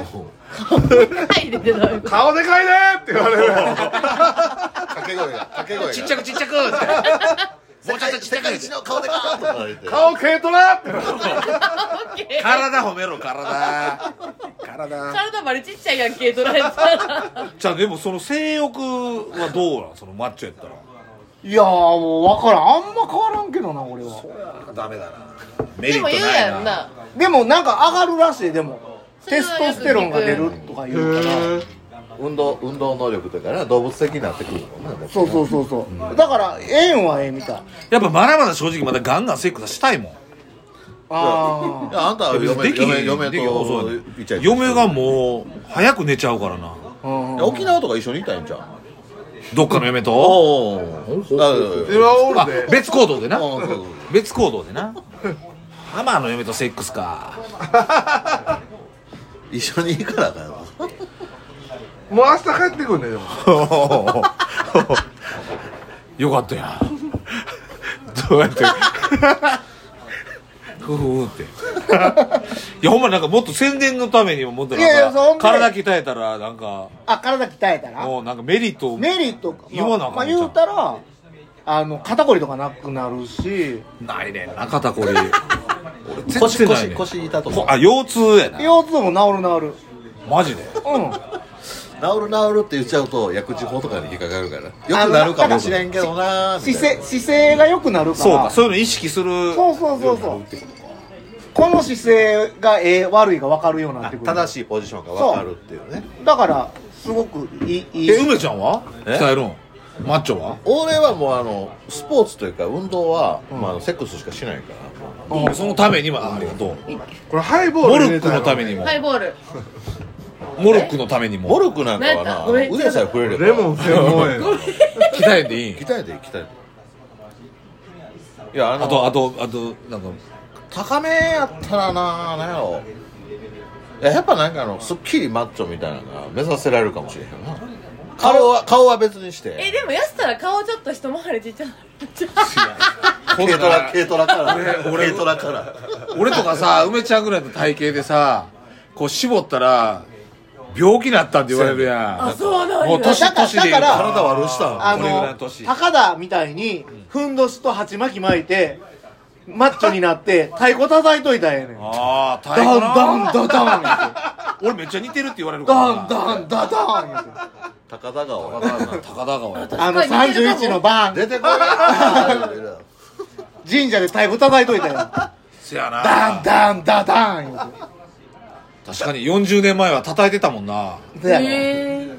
S9: 入れてない
S2: 顔でかいねって言われる
S5: 掛け声が掛け声が
S4: ちっちゃくちっちゃくってもうちょっとちっちゃ
S5: 世
S4: く
S5: 界一の顔でかーとか言って
S2: 顔軽トラって
S4: 体褒めろ体体
S9: 体までちっちゃいやんけ取られたら
S4: じゃあでもその性欲はどうなんそのマッチョやったら
S1: いやーもうわからんあんま変わらんけどな俺は
S4: ダメだなメリ
S9: で
S4: ット
S9: も
S4: ない
S9: 言う
S4: な
S9: やんな
S1: でもなんか上がるらしいでも
S9: それ
S1: テ
S9: は
S1: ス
S9: よく聞く
S1: トステロンが出るとか言うから
S5: 運動運動能力というかな動物的になってくるもんねも
S1: そうそうそうそうだからええんはええみたい
S4: やっぱまだまだ正直まだガンガンセックスはしたいもん
S1: あ
S5: いやあんたは嫁
S4: できひん
S5: 嫁嫁
S4: できひん遅
S5: と
S4: い
S5: イチャイチャ
S4: 嫁がもう早く寝ちゃうからな
S1: あうん
S5: いや沖縄とか一緒にいたいんじゃん
S4: どっかの嫁と
S5: おお
S2: 今お
S4: あ
S2: るで
S4: 別行動でな
S5: そうそう
S4: 別行動でなママの嫁とセックスか
S5: 一緒にいいからだよ
S2: もう明日帰ってくるねで も
S4: よかったやんどうやってふふふっていやほんまなんかもっと宣伝のためにももっとなんか
S1: いやいやそんな
S4: 体鍛えたらなんか
S1: あ体鍛えたら
S4: もうなんかメリットを
S1: メリットか
S4: 言わなあ
S1: ま
S4: か
S1: あ
S4: んじゃん
S1: 言うたらあの肩こりとかなくなるし
S4: ないねんな肩こり俺
S5: 腰
S4: 全然ない
S5: 腰
S4: ねん
S5: 腰痛と
S4: こ
S5: か
S4: あ腰痛やな
S1: 腰痛も治る治
S4: マジで
S1: るうん
S5: 治る治るって言っちゃうと薬事法とかに引っかかるからよくなるかもしれんけどなーみ
S1: 姿
S5: たい
S1: 勢姿勢が良くなるから
S4: そうかそういうの意識する
S1: そうそうそうそうこの姿勢がええ悪いが分かるようにな
S5: な
S1: ってくる
S5: 正しいポジションが分かるっていうね
S1: だからすごくいいいい
S4: え梅ちゃんは
S5: え
S4: 鍛えるんマッチョは
S5: 俺はもうあのスポーツというか運動は、まああの、セックスしかしないから
S4: そのためにはありがとう
S2: これハイボ
S4: モ
S2: ール
S4: ル
S2: 入れ
S4: ック
S2: た
S4: の
S2: い
S4: ためにも
S9: ハイボール
S4: モルックのためにも
S5: モルクなんかは
S9: なん
S5: な
S9: かめっちゃ
S5: 腕さえ触れれば
S2: レモン専門や
S4: 鍛えんでいいん
S5: 鍛えて鍛えていやあの
S4: あとあとあとなんか
S5: 高めやったらな何やろいややっぱなんかあのすっきりマッチョみたいなのが目指せられるかもしれへんな顔は顔は別にして
S9: えでもやしたら顔ちょっと一回りちっちゃくなる
S5: 軽トラ軽トラから軽トラから
S4: 俺とかさ梅ちゃんぐらいの体型でさこう絞ったら病気になったって言われるや
S9: あそうなん
S4: んも
S9: や
S4: う年
S1: だから
S4: 年で言う
S1: だから
S5: 体悪うした
S1: あ
S4: これぐらいの
S1: の
S4: 年
S1: 高田みたいにふんどしと鉢巻き巻いてマッチョになって、太鼓叩いといたらええねん。ダ
S4: ああ太
S1: ン
S4: 鼓な
S1: ダンダダン言うて
S4: 俺めっちゃ似てるって言われるから
S1: ダンダンダダン言うて
S5: 高田川
S4: ダン高田川やった
S1: あの
S9: 確かに似てるかも
S1: 31のバーン
S5: 出てこいや
S1: 神社で太鼓叩いといたら
S4: せやな
S1: ダンダンダダン言う
S4: 確かに40年前は叩いてたもんな
S1: てそやろ
S9: へえ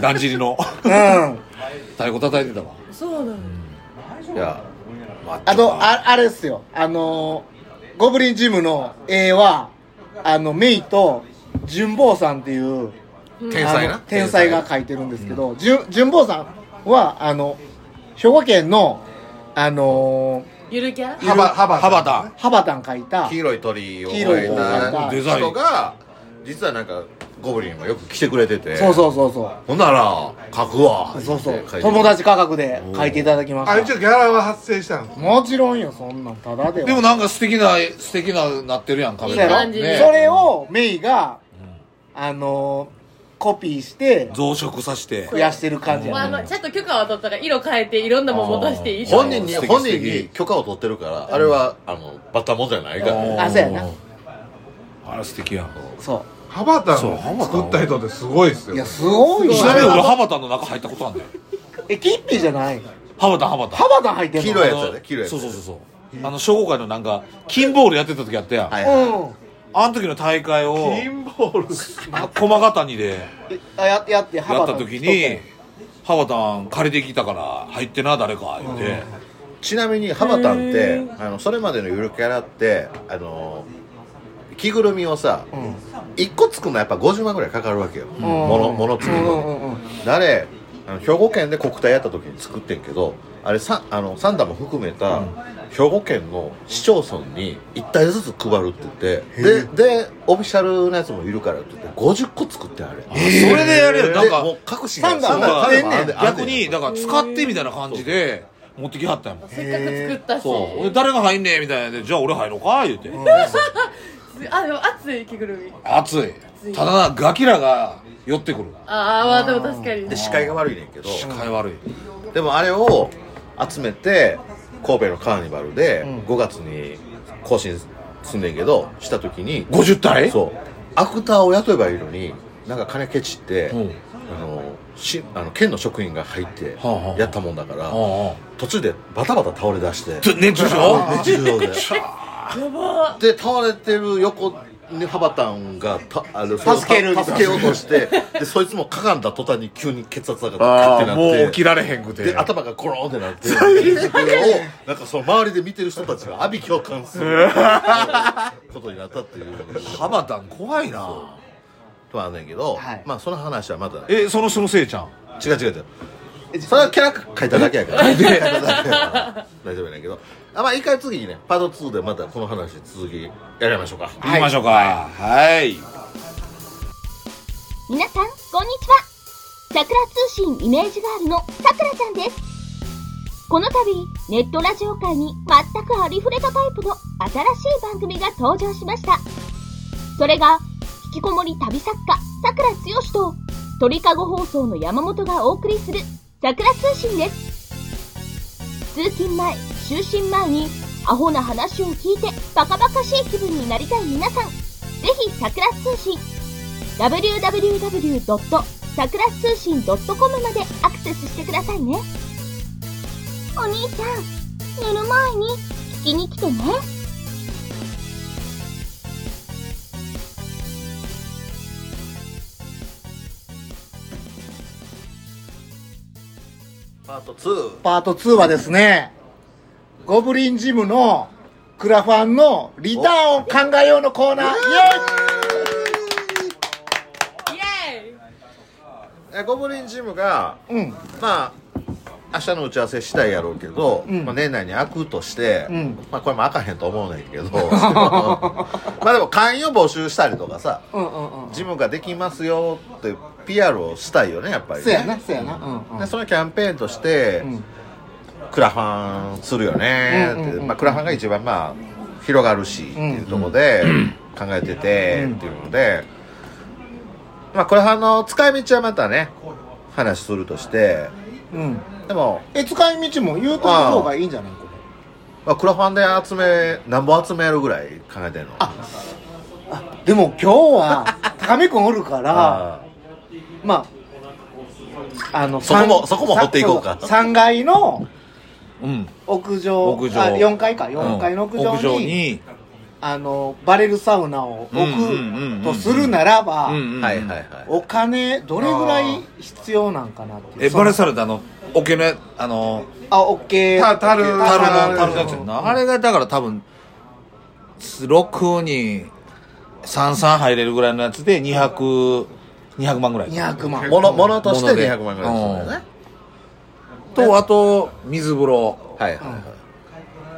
S4: だんじりの
S1: うん
S4: 太鼓叩いてたわ
S9: そうなの
S5: いや
S1: あとああれっすよあのーゴブリンジムの絵はあのメイと純坊さんっていう
S4: 天才
S1: あ
S4: な
S1: の天才が描いてるんですけど、純純坊さんはあの兵庫県のあの
S9: ゆるキャラ
S1: ー
S5: 幅幅
S4: 幅田
S1: いるハバタン描いた
S5: 黄色い鳥を
S1: 黄色い
S5: 置い
S1: 鳥
S5: た
S4: デザイン
S5: 人が実はなんかゴブリンもよく来てくれてて
S1: そうそうそうそう
S5: ほんなら書くわ
S1: そうそう
S5: 書いて
S1: 友達価格で描いていただきま
S2: あれち
S1: し
S2: ょっとギャラは発生したの
S1: たもちろんよそんなんただでは
S4: でもなんか素敵な素敵ななってるやん壁
S1: そうやろ
S9: いい感じね
S1: それをメイが、あのーコピーして
S4: 増殖させて
S1: 増やしてる感じやね
S9: まあまあちゃんと許可は取ったから色変えていろんなもん持たしていい
S5: 本人に
S4: 素敵
S5: 本人
S4: 素
S5: に
S4: 敵
S5: 許可を取ってるからあれはあのバッタモンじゃないから
S1: あそうやな
S4: あれ素敵やん
S1: そ
S2: ハバタン
S4: そうハバタン
S2: を作った人ってすごいです
S1: うい
S2: よ
S1: やすごいよ
S4: ちなみに俺ハバタンの中入ったことあんねん
S1: えキッピーじゃない
S4: ハバタンハバタン
S1: ハバタン入ってんの
S5: 黄色いやつ
S4: あ
S5: や
S4: の
S5: ね黄色いやつ
S4: そうそうそうそうあの商工会のなんか金ボールやってた時やったやん、
S5: はいはい
S1: うん
S4: あの時の大会を
S2: 金ボール
S4: 駒ヶ谷で
S1: えあややってハ
S4: やっ
S1: バ
S4: た
S1: タン
S4: 時に「ハバタン借りてきたから入ってな誰か」言って
S5: ちなみにハバタンってあのそれまでのゆるキャラってあの着ぐるみをさ、一1個作るのやっぱ50万ぐらいかかるわけよ、ものもの作るのに、あれあの兵庫県で国体やった時に作ってんけどあれさあの3弾も含めた兵庫県の市町村に1体ずつ配るって言ってででオフィシャルのやつもいるからって言って50個作ってんあれ
S4: あそれでやるよなん
S5: でも
S4: か
S5: う各市
S1: 三
S4: な
S1: 段
S4: ん
S5: 三
S4: か
S5: 段
S1: あんねん
S5: 三段
S4: 逆にだから使ってみたいな感じで持ってきはったんやもん
S9: せっかく作ったし
S4: そう俺誰が入んねえみたいなんで「じゃあ俺入ろうか」言うて
S9: あでも熱い着ぐるみ
S4: 熱いただなガキらが寄ってくる
S9: ああまあでも確かに
S5: で視界が悪いねんけど
S4: 視界悪い
S5: でもあれを集めて神戸のカーニバルで5月に更新すんねんけどした時に
S4: 50体
S5: そうアクターを雇えばいいのになんか金ケチって、
S4: うん
S5: あのしあの県の職員が入って
S4: はあはあ
S5: やったもんだから、
S4: うんうん
S5: 途中でバタバタ倒れ出して
S4: ちょ熱中症
S5: 熱中症で
S9: やば
S5: で倒れてる横にハバタンがたあれ
S1: 助ける
S5: 助けようとしてでそいつもかがんだ途端に急に血圧上がってカッてな
S4: あ
S5: っ
S4: あ
S5: て
S4: もう起きられへんくて
S5: で頭がコロンっ てなってをなんかその周りで見てる人たちが阿鼻共感することになったっていう
S4: ハバタン怖いな
S5: とはあんねんけど、
S1: はい
S5: まあその話はまた
S4: えその人のせいちゃん
S5: 違う違う違うそれはキャラ書いただけやから 書いただけやから大丈夫やねんけどあまあ一回次にねパート2でまたこの話続きやりましょうか
S4: 行きましょうかはい
S10: 皆さん、こんにちは。桜通信イメージガールのさくらちゃんです。この度、ネットラジオ界に全くありふれたタイプの新しい番組が登場しました。それが、引きこもり旅作家、さくらつよしと、鳥かご放送の山本がお送りする、桜通信です。通勤前、就寝前に、アホな話を聞いて、バカバカしい気分になりたい皆さん、ぜひ桜通信、www. さくら通信 .com までアクセスしてくださいね。お兄ちゃん、寝る前に聞きに来てね。
S5: パート2
S1: パート2はですねゴブリンジムのクラファンのリターンを考えようのコーナーイ
S9: いイエーイ
S5: えゴブリンジムが
S1: エーイうん
S5: まあ明日の打ち合わせしたいやろうけど、
S1: うん
S5: まあ、年内に開くとして、
S1: うん
S5: まあ、これも開かへんと思うねんけど まあでも会員を募集したりとかさ
S1: うんうんうん
S5: ジムができますよって PR をしたいよねやっぱりね
S1: そやなそやなうんう
S5: で
S1: ん
S5: そのキャンペーンとして、
S1: ん
S5: クラファンするよねって、
S1: うんうんうん
S5: まあ、クラファンが一番まあ広がるしっていうところで考えててっていうので、まあ、クラファンの使い道はまたね話するとして
S1: うん
S5: でも
S1: え使い道も言うとった方がいいんじゃないこ
S5: まあ、クラファンで集め何本集めるぐらい考えてんのあ
S1: でも今日は高見君おるから
S5: あ
S1: まああの
S5: そこも
S1: 三
S5: そこも掘っていこうか
S1: さ3階の
S4: うん
S1: 屋上
S4: 屋上
S1: あ4階か
S4: うん
S1: 4階の屋上に,、
S4: 屋上に
S1: あのバレルサウナを置
S4: うんうんうんうん
S1: くとするならば、
S4: うんうん
S5: はいはいはい
S1: お金どれぐらい必要なんかなっていう
S4: え
S1: その
S4: バレされたあの桶のやあの
S1: あオッケー
S2: たたる
S4: 樽の
S2: あー
S4: 樽のやつやんなあれがだから多分6に33入れるぐらいのやつで200200万ぐらい
S1: 200万
S5: ものものとして
S4: もので
S5: 200万円ぐらいするんだよね
S4: とあと水風呂
S5: はいはいはい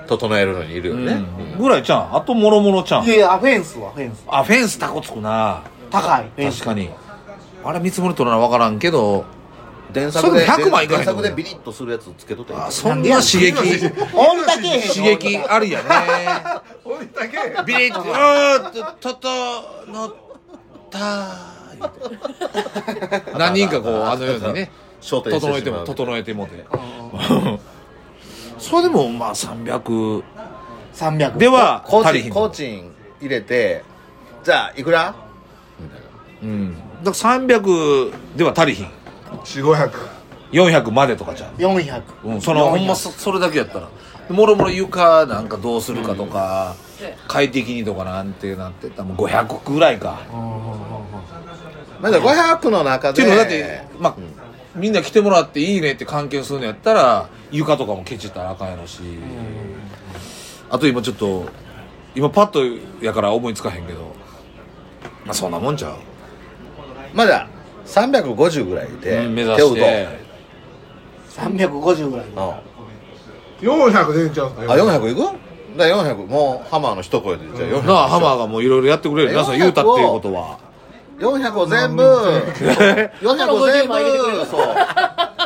S5: 整えるのにいるよね、
S4: うんぐらいちゃんあともろもろちゃん
S1: いやいやフェンスはフェンス
S4: あフェンスタコつくな
S1: 高いフェンス
S4: 確かにあれ見積もり取るなら分からんけど
S5: 電作で
S4: それで100万いかへん
S5: 電
S4: の
S5: 作でビリッとするやつつけとっていい
S4: あそんな刺激
S1: オンだけへん
S4: 刺激あるやね
S2: おいだけ
S4: ビリッと「あーとととのったー」何人か こうあのようにね
S5: 焦点し
S4: 整え
S5: してま
S4: も
S5: う
S4: 整えてもて それでもまあ300
S1: 300
S4: では
S5: コ
S4: 足
S5: ー
S4: り
S5: チ
S4: ひ
S5: ン
S4: ん
S5: コーチン入れてじゃあいくら
S4: うんだから300では足りひん
S2: 四五百
S4: 400までとかじゃん
S1: 400
S4: うん、そのほんまそそれだけやったらもろもろ床なんかどうするかとか、快適にとかなんてなってたらもう500ぐらいか、
S5: なんか500の中
S4: って
S5: で
S4: いうのはだってまあ、みんな来てもらっていいねって関係するのやったら床とかもケチったらあかんやろし、あと今ちょっと今パッとやから思いつかへんけどまあそんなもんちゃう、
S5: まだ350ぐらいで
S4: 目指し
S5: 手を
S4: て
S5: 打とう
S1: 350ぐらい
S5: うんあ
S2: 四百出んちゃうんすか
S5: 400いくだから400もうハマーの一声でじゃあ400
S4: なあハマーがもういろいろやってくれるなさん言うたっていうことは
S5: 400を全部400を全部そう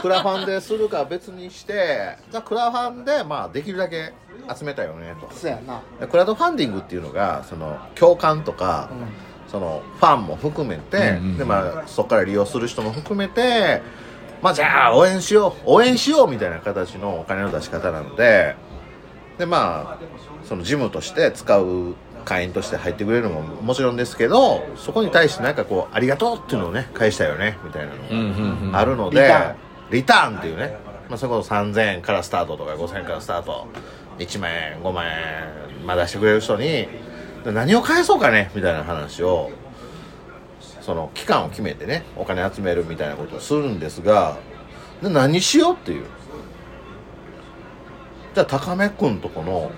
S5: クラファンでするか別にしてじゃあクラファンでまあできるだけ集めたよねと
S1: そうやな
S5: でクラウドファンディングっていうのがその共感とか、そのファンも含めて、でまあ、そこから利用する人も含めて、まあ、じゃあ応援しよう応援しようみたいな形のお金の出し方なのでで、まあ、そのジムとして使う会員として入ってくれるのももちろんですけどそこに対してなんかこうありがとうっていうのをね返したよねみたいなのが。あるので、
S1: リターン
S5: リターンっていうね、まあ、それこそ3000円からスタートとか5000円からスタート1万円5万円まあ出してくれる人にで何を返そうかねみたいな話をその期間を決めてねお金集めるみたいなことをするんですがで何しようっていうじゃあ高めくんとこの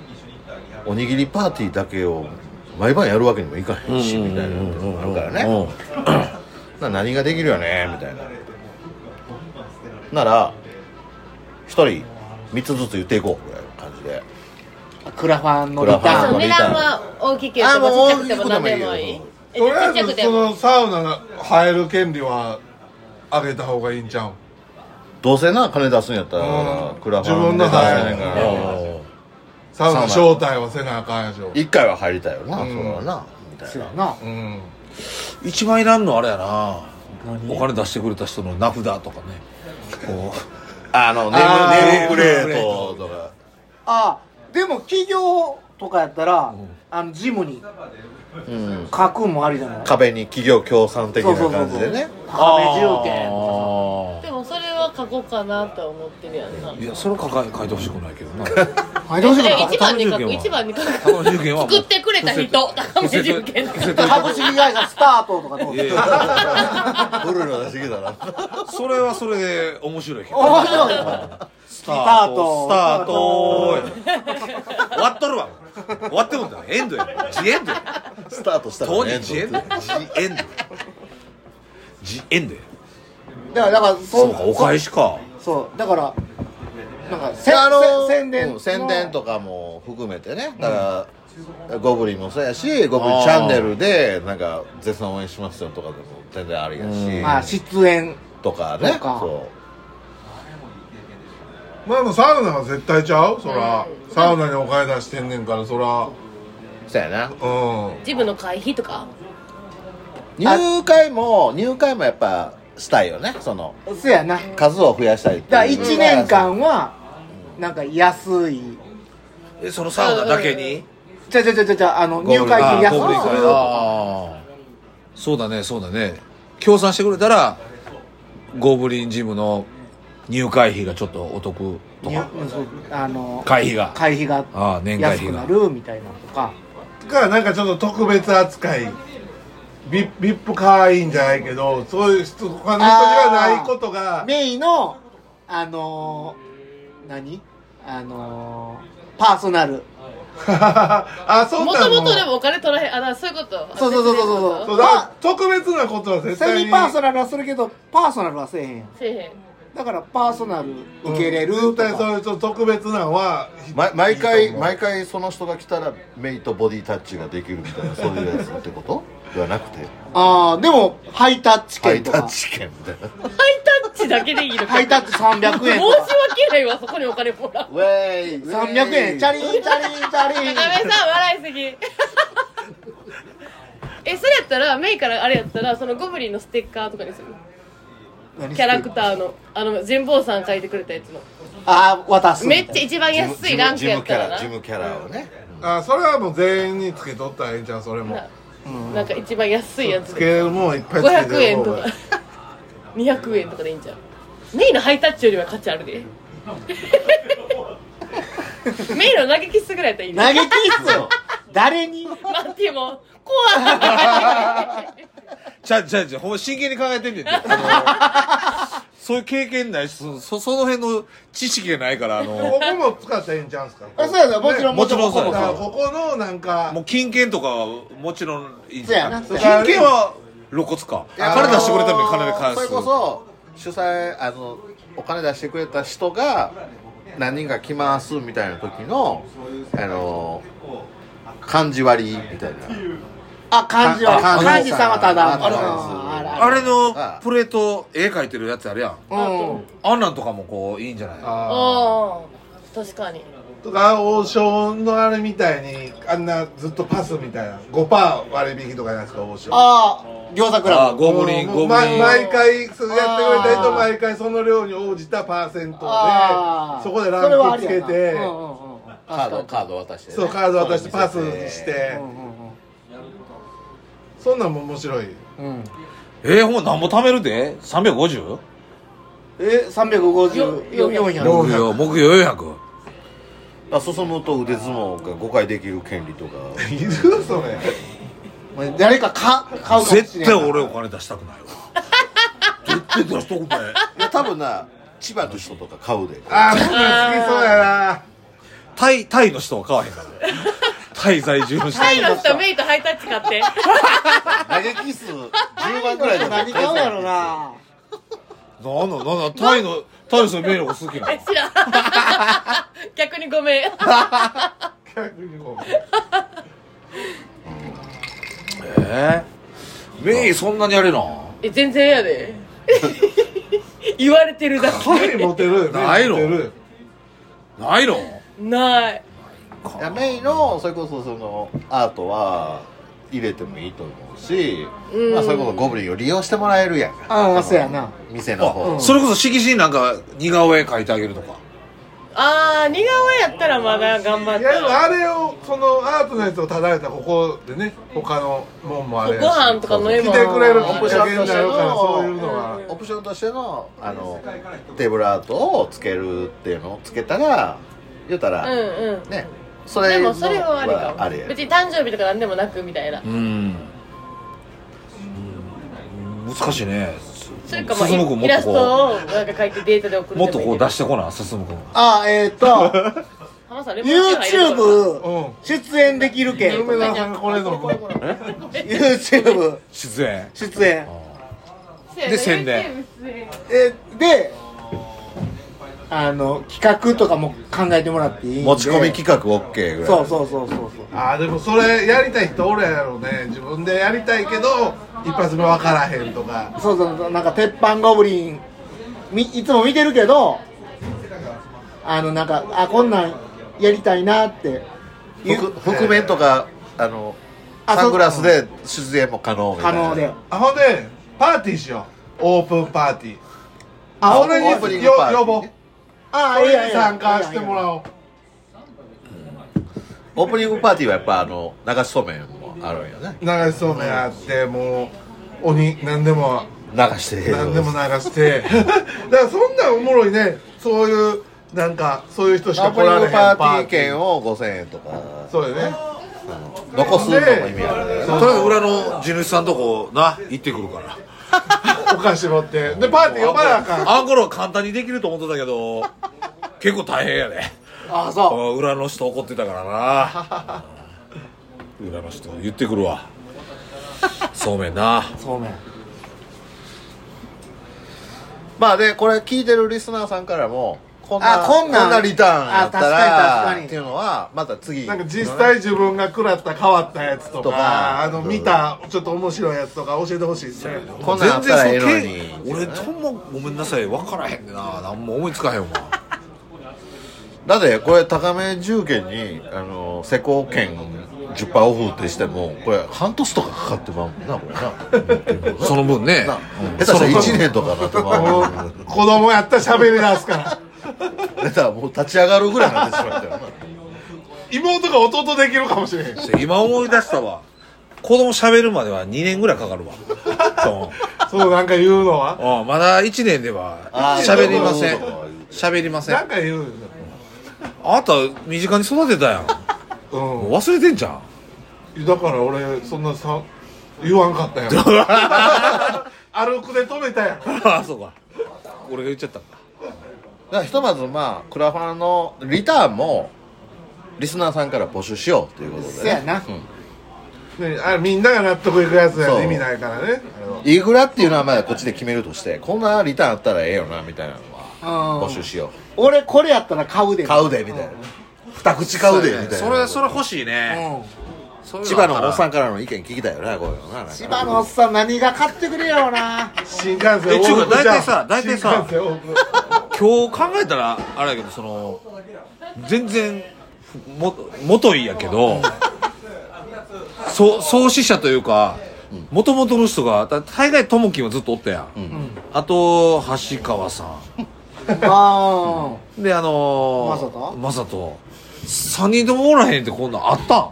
S5: おにぎりパーティーだけを毎晩やるわけにもいかへんしみたいなのがあるからね、
S4: うん
S5: な何ができるよねみたいななら1人3つずつ言っていこうぐらいの感じで
S1: クラファンの
S5: ク
S1: リ
S5: ラフ
S1: タ
S5: ァン
S9: そう
S1: ーン
S9: 値段は大きければちっちゃくても何でもいいえ
S2: とりあ
S9: ちっちゃ
S2: え
S9: く
S2: ず
S9: て
S2: そ
S9: も
S2: のサウナが入る権利はあげた方がいいんちゃう
S5: どうせな金出すんやったら
S2: うん
S5: クラファンで出せへんから
S2: 自分のサウナ招待はせなあかんやしょ
S5: 1回は入りたいよなそ
S2: うん
S5: れはなみたい
S1: そう
S5: な
S1: やな
S2: うん
S4: 一番いらんのあれやなお金出してくれた人の名札とかねこ
S5: あのネームネームプレートとか
S1: あでも企業とかやったらあのジムに
S5: うん
S1: 書くんもありじゃない
S5: 壁に企業協賛的
S1: そう
S5: な
S1: そうそう
S5: 感
S1: そ
S5: じ
S1: う
S5: でね
S1: 壁重点と
S4: う
S9: でもそれは書こうかなとは思ってるやんない
S4: やそれは書い書いてほしくないけどな
S1: かさ入ってほしい
S9: え
S1: か
S9: 一番に書
S4: 高
S9: く
S4: め
S9: 一番に書く
S4: 高め重件はもう
S9: 作ってくれた人高め重 件
S1: な株式会社スタートとかどう
S4: いやいや
S5: ブルーの出してきたな
S4: それはそれで面白いけど
S1: 面白いよ
S4: スタ
S1: ート
S4: スタート終わっとるわ終わってもんだエンドやジエンドや
S5: スタートした
S4: 当
S5: ね
S4: 時ジエンドやジエンドやジエンドや
S1: だからだから
S4: そうかお返しか
S1: そうだからなんかせ
S5: であの
S1: せ宣伝
S5: うん
S1: の
S5: 宣伝とかも含めてねだから、ゴブリンもそうやしゴブリンチャンネルでなんか絶賛応援しますよとかでも全然ありやし、
S1: まあ出演
S5: とかね
S1: そうか
S5: そう
S2: まあでもサウナは絶対ちゃうそらサウナにお金出してんねんからそら
S5: そうやな
S2: うん
S9: ジムの会費とか
S5: 入会も入会もやっぱしたいよねその
S1: そやなだか
S5: 数を増やしたいっていう
S1: ら1年間はなんか安い
S4: えそのサウナだけに
S6: じゃじゃじゃじゃじゃあの入会
S4: あ
S6: 金
S4: ー
S6: 安
S4: ゴブリン
S6: く
S4: 会
S6: する
S4: あーそうだねそうだね協賛してくれたらゴブリンジムの入会費がちょっとお得と
S6: に
S4: か
S6: うんそうあの
S4: 会費が
S6: 会費が
S4: ああ年会
S6: 安
S4: 費
S6: く
S4: が
S6: なるみたいなのとか
S2: がなんかちょっと特別扱いビビップ会員じゃないけどそういう人他の人にはないことが
S6: メインのあのー何あのーパーソナル
S2: あそう
S9: も
S2: な
S9: と
S2: の
S9: もとでもお金取らへんあだからそういうこと
S6: そうそうそうそうそう
S2: そうだから特別なことは絶対に
S6: セミパーソナルはするけどパーソナルはせえへんやん
S9: せえへん
S6: だからパーソナル
S2: うん
S6: 受けれる
S2: 絶
S6: とか
S2: 対そういうちょっと特別なんは
S5: ま毎
S2: いいと
S5: 回
S2: 思う
S5: 毎回その人が来たらメイとボディタッチができるみたいなそういうやつってことではなくて
S6: ああでもハイタッチ
S5: ハ
S6: 券
S5: イ
S6: と
S5: タ
S6: か
S5: ッチ券みたいな
S9: ハイタッチだけでいいのか
S6: ハイタッチ300
S9: 申し
S6: 円とか
S9: 訳ないわそこにお金もらう
S5: ウェイ
S6: 300円チャリンチャリンチャリン
S9: 中目さん笑いす ぎえそれやったらメイからあれやったらそのゴブリンのステッカーとかにする
S6: 何
S9: キャラクターのあの神保さん書いてくれたやつの
S6: ああ渡すみたいな
S9: めっちゃ一番安いランクやったらな
S5: ジムキャラジムキャラをね
S2: あそれはもう全員につけとったらええじゃんそれも
S9: なんか一番安いやつ
S2: つけるもんいっぱいつけ
S9: 500
S2: てる
S9: 円
S2: 方
S9: と
S2: が
S9: か200円とかでいいんじゃんメイのハイタッチよりは価値ある でメイの投げキッスぐらいやったらいいね
S6: 投げキッスを誰に
S9: マッティも怖い
S4: じゃじゃじゃほんま真剣に考えてみてんてあの そういう経験ないしそそその辺の知識がないからあの
S2: ここも使ったらええんちゃうんすか
S6: あそうやなもちろん
S4: もちろんそう
S2: だから
S4: や
S2: ここのなんか
S4: もう金券とかはもちろんいいん
S6: そうやな
S4: 金券は露骨か金出してくれたのに金で返す
S5: それこそ主催あのお金出してくれた人が何人か来ますみたいな時のあの漢字割りみたいな
S6: あ漢字は
S5: あ漢字
S6: 漢字さんはただ
S5: あれ
S6: あら
S4: あれのプレート絵描いてるやつあるやん
S6: うん
S4: あんなんとかもこういいんじゃない
S9: ああ確かに
S2: とか王将のあれみたいにあんなずっとパスみたいな5%割引とかじゃないですか王将
S6: ああ餃子ク
S4: あ
S6: ラ
S4: ー
S6: ブ
S4: ゴブリン
S2: うん
S4: ゴブ
S2: ま
S4: リン
S2: 毎回そうやってくれた人毎回その量に応じたパーセントで
S6: あー
S2: そこでランクつ
S6: そ
S2: け
S6: れ
S2: て
S6: はありやなうんうんうん
S5: カードカード渡してね、
S2: そうカード渡してパスしてそんなんも面白い
S4: えー、ほんまなんぼ貯めるで 350?
S6: え三350 400
S4: 木曜木曜 400?
S5: あ進むと腕相撲が5回できる権利とか
S2: いるそれ
S6: 誰かか買うかもし
S4: 絶
S6: れ
S4: 対
S6: んない
S4: 俺お金出したくないわ絶対出したくない
S5: いや多分な千葉の人とか買うで
S2: ああ僕好きそうやな
S4: タイタイの人は買わへんからねタイ在住の人
S9: タイの人メイとハイタッチ買って
S5: 投げキス10番ぐらいで
S6: 何買うやろな
S4: なんだなんだタイのタイの人メイの子好きなの
S9: え知らん逆にごめん
S2: 逆にこう
S4: えー、メイそんなにやれな
S9: え全然やで言われてるだ
S2: 恋
S9: け
S2: モテる
S4: ないの
S2: 恋モテる
S4: ないの
S9: ない
S5: いやメイのそれこそそのアートは入れてもいいと思うし、まあ、それこそゴブリンを利用してもらえるやん
S6: ああそうやな
S5: 店の方、
S4: あそれこそ色紙になんか似顔絵描いてあげるとか
S9: ああ似顔絵やったらまだ頑張っ
S2: いやでも
S9: た
S2: あれをそのアートのやつをただれたらここでね他のもんもあれやし
S9: ご飯とかの絵
S2: 来
S9: も
S2: てくれるき
S5: 面
S2: っか
S5: 白い
S2: けになるからそういうのは
S5: オプションとしてのあのテーブルアートをつけるっていうのをつけたら言うたら、
S9: うんうん
S5: ねそ
S9: で
S5: れの
S9: もそれはありか
S5: は
S9: も
S5: あれや
S9: 別に誕生日とかなんでもなくみたいな
S4: うん難しいね
S9: それかまあ
S4: 進むくんも
S9: イ
S4: っと
S9: ラス
S4: こ
S9: トをなんか書いてデータで送
S4: う
S9: る
S4: もっとこう出
S9: し
S4: してこな進むくん
S6: ああえっと
S9: 浜さんレモン汁入れるから
S6: YouTube 出演できるけ
S2: うん
S6: ん
S2: 梅沢さんがこれのこれ
S6: YouTube
S4: 出演
S6: 出演
S9: せやな
S4: で宣伝
S9: YouTube
S6: えであの企画とかも考えてもらっていいんで
S5: 持ち込み企画 OK ぐらいの
S6: そうそうそうそうそう
S2: あーでもそれやりたい人おるやろうね自分でやりたいけど一発目分からへんとか
S6: そうそうそうなんか鉄板ゴブリンみいつも見てるけどあのなんかあこんなんやりたいなっていう
S5: ふく覆面とかあの
S6: あそう
S5: サングラスで出演も可能みた
S6: 可
S5: いな
S6: 能で
S2: あほんでパーティーしようオープンパーティー
S6: あ
S2: あ
S6: オープ
S2: 俺
S6: ン
S2: に
S5: オープニング
S2: よ
S5: パーティー
S2: 呼ぼう
S6: あ
S2: それに参加しても
S6: う
S2: らおう
S5: オープニングパーティーはやっぱあの流しそうめんもあるんやね
S2: 流しそうめんあってもう鬼何でも
S5: 流して
S2: 何でも流して だからそんなんおもろいねそういうなんかそういう人し
S5: オ
S2: か
S5: ープ
S2: 来
S5: ニ
S2: ら
S5: ン
S2: れへ
S5: グ
S2: ん
S5: パー
S2: パ
S5: テ
S2: ー
S5: ィー
S2: ティー
S5: 券を5000円とか
S2: そうよね
S5: 残すのも意味あるんだよね
S4: とりあえず裏の地主さんとこな行ってくるから
S2: お菓子持ってでパーティー呼ばなあかん
S4: あんころは簡単にできると思ってたけど結構大変やね
S1: ああそう
S4: うん裏の人怒ってたからな裏の人言ってくるわそうめんな
S1: そうめん
S5: まあでこれ聞いてるリスナーさんからもこんな
S1: あこんなん
S5: リターンやった
S1: あ確かに確からに
S5: っていうのはまた次
S2: なんか実際自分が食らった変わったやつとか
S5: とか
S2: あの見たちょっと面白いやつとか教えてほしいですね
S5: こんなんあったらええのに
S4: 全然そのけ俺ともごめんなさい分からへんねんな何も思いつかへんわ
S5: だってこれ高め重券にあの施工券10%オフってしてもこれ半年とかかかってまうもんなこれな
S4: その分ね
S5: な
S4: うん
S5: 下手
S4: その
S5: したら1年とかなってまう
S2: も
S5: も
S2: うん
S5: な
S2: 子供やったら喋り出すから
S5: 下手はもう立ち上がるぐらいになってしまったよな
S2: 妹が弟できるかもし れへん
S4: 今思い出したわ子供喋るまでは2年ぐらいかかるわ
S2: そうなんか言うのは
S4: うんうんまだ1年では
S5: あー
S4: 喋りません
S5: そうそうそう
S4: 喋りません
S2: なん
S4: あ
S2: か言うの
S4: なた身近に育てたやんもう忘れてんじゃん
S2: うんだから俺そんなさ言わんか ったやん歩くで止めたやん
S4: ああそうか俺が言っちゃったんだ
S5: だからひとまずまあクラファンのリターンもリスナーさんから募集しようということで、ね、
S1: せやな
S2: ねあみんなが納得いくやつや
S5: そ
S2: ね
S5: う
S2: 意味ないからねあの
S5: いくらっていうのはまだこっちで決めるとしてこんなリターンあったらええよなみたいなのは
S1: うん
S5: 募集しよ
S1: 俺これやったら買うで
S5: う買うでみたいな二口買うでみたいな
S4: それそれ欲しいね、そういう
S5: 千葉のおっさ
S4: ん
S5: んからの意見聞きたいよなこういうのななんか
S1: 千葉のおっさん何が買ってくれよな
S2: 新幹線
S4: えちゅうか
S2: 往復じゃん
S4: 大体さ大体さ
S2: 新幹線往復
S4: 今日考えたらあれやけどその全然も元いやけどそ創始者というかもともとの人がだ大概ともきんはずっとおったやん、あと橋川さ
S1: あ
S4: んであのー、まさと3人ともおらへんってこんなんあったん
S1: あ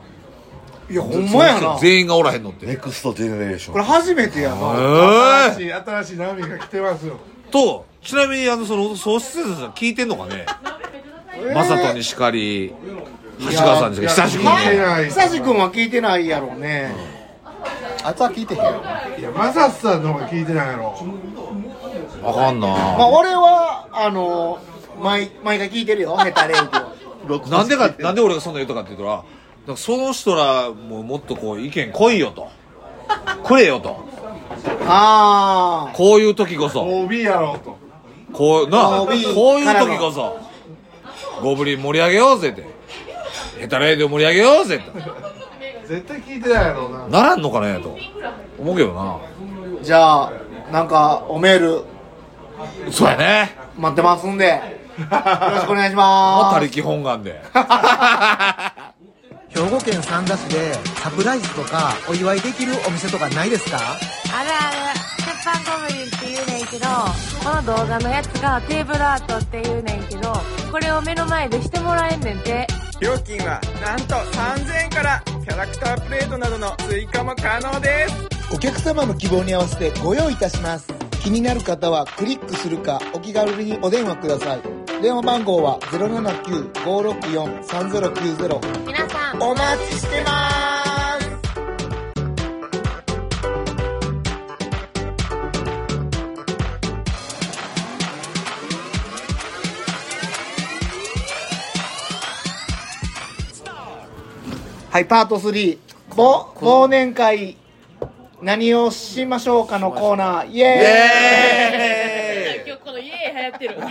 S1: いやほんまやなこ
S4: 全員がおらへんのって
S5: ネクストジェネレーション
S1: れ初めてやな
S4: え
S2: 新しい新しい波が来てますよ
S4: とちなみにあのその喪失者さん聞いてんのかねマサトにしかり橋川さんにしかり久しぶりに
S2: 聞いてない
S1: 久志君は聞いてないやろうね
S5: あいつは聞いてへんよ
S2: いやマサスさんの方が聞いてないやろ
S4: あかんな、
S1: まあ俺はあの毎毎回聞いてるよヘタレイクは
S4: なんでかなんで俺がそんな言ったかって言ったらだからその人らももっとこう意見来いよとくれよと
S1: あ
S4: こういう時こそ
S2: OB やろうと
S4: こうな
S1: OB
S4: こういう時こそゴブリン盛り上げようぜってヘタレイで盛り上げようぜって
S2: 絶対聞いてないやろうな
S4: ならんのかねと思うけどな
S1: あじゃあなんかおメール
S4: そうやね
S1: 待ってますんでよろしくお願いし
S4: まあ
S1: ま
S4: 他
S1: す
S4: 力本願で
S7: 兵庫県三田市でサプライズとかお祝いできるお店とかないですか
S8: あるある鉄板ゴブリンって言うねんけどこの動画のやつがテーブルアートって言うねんけどこれを目の前でしてもらえんねんて
S7: 料金はなんと3000円からキャラクタープレートなどの追加も可能です
S11: お客様の希望に合わせてご用意いたします気になる方はクリックするかお気軽にお電話ください電話番号は079-564-3090
S8: 皆さん
S11: お待ちしてます
S1: はいパート3忘忘年会何をしましょうかのコーナーイエーイ
S9: 今日このイエーイ流行ってる今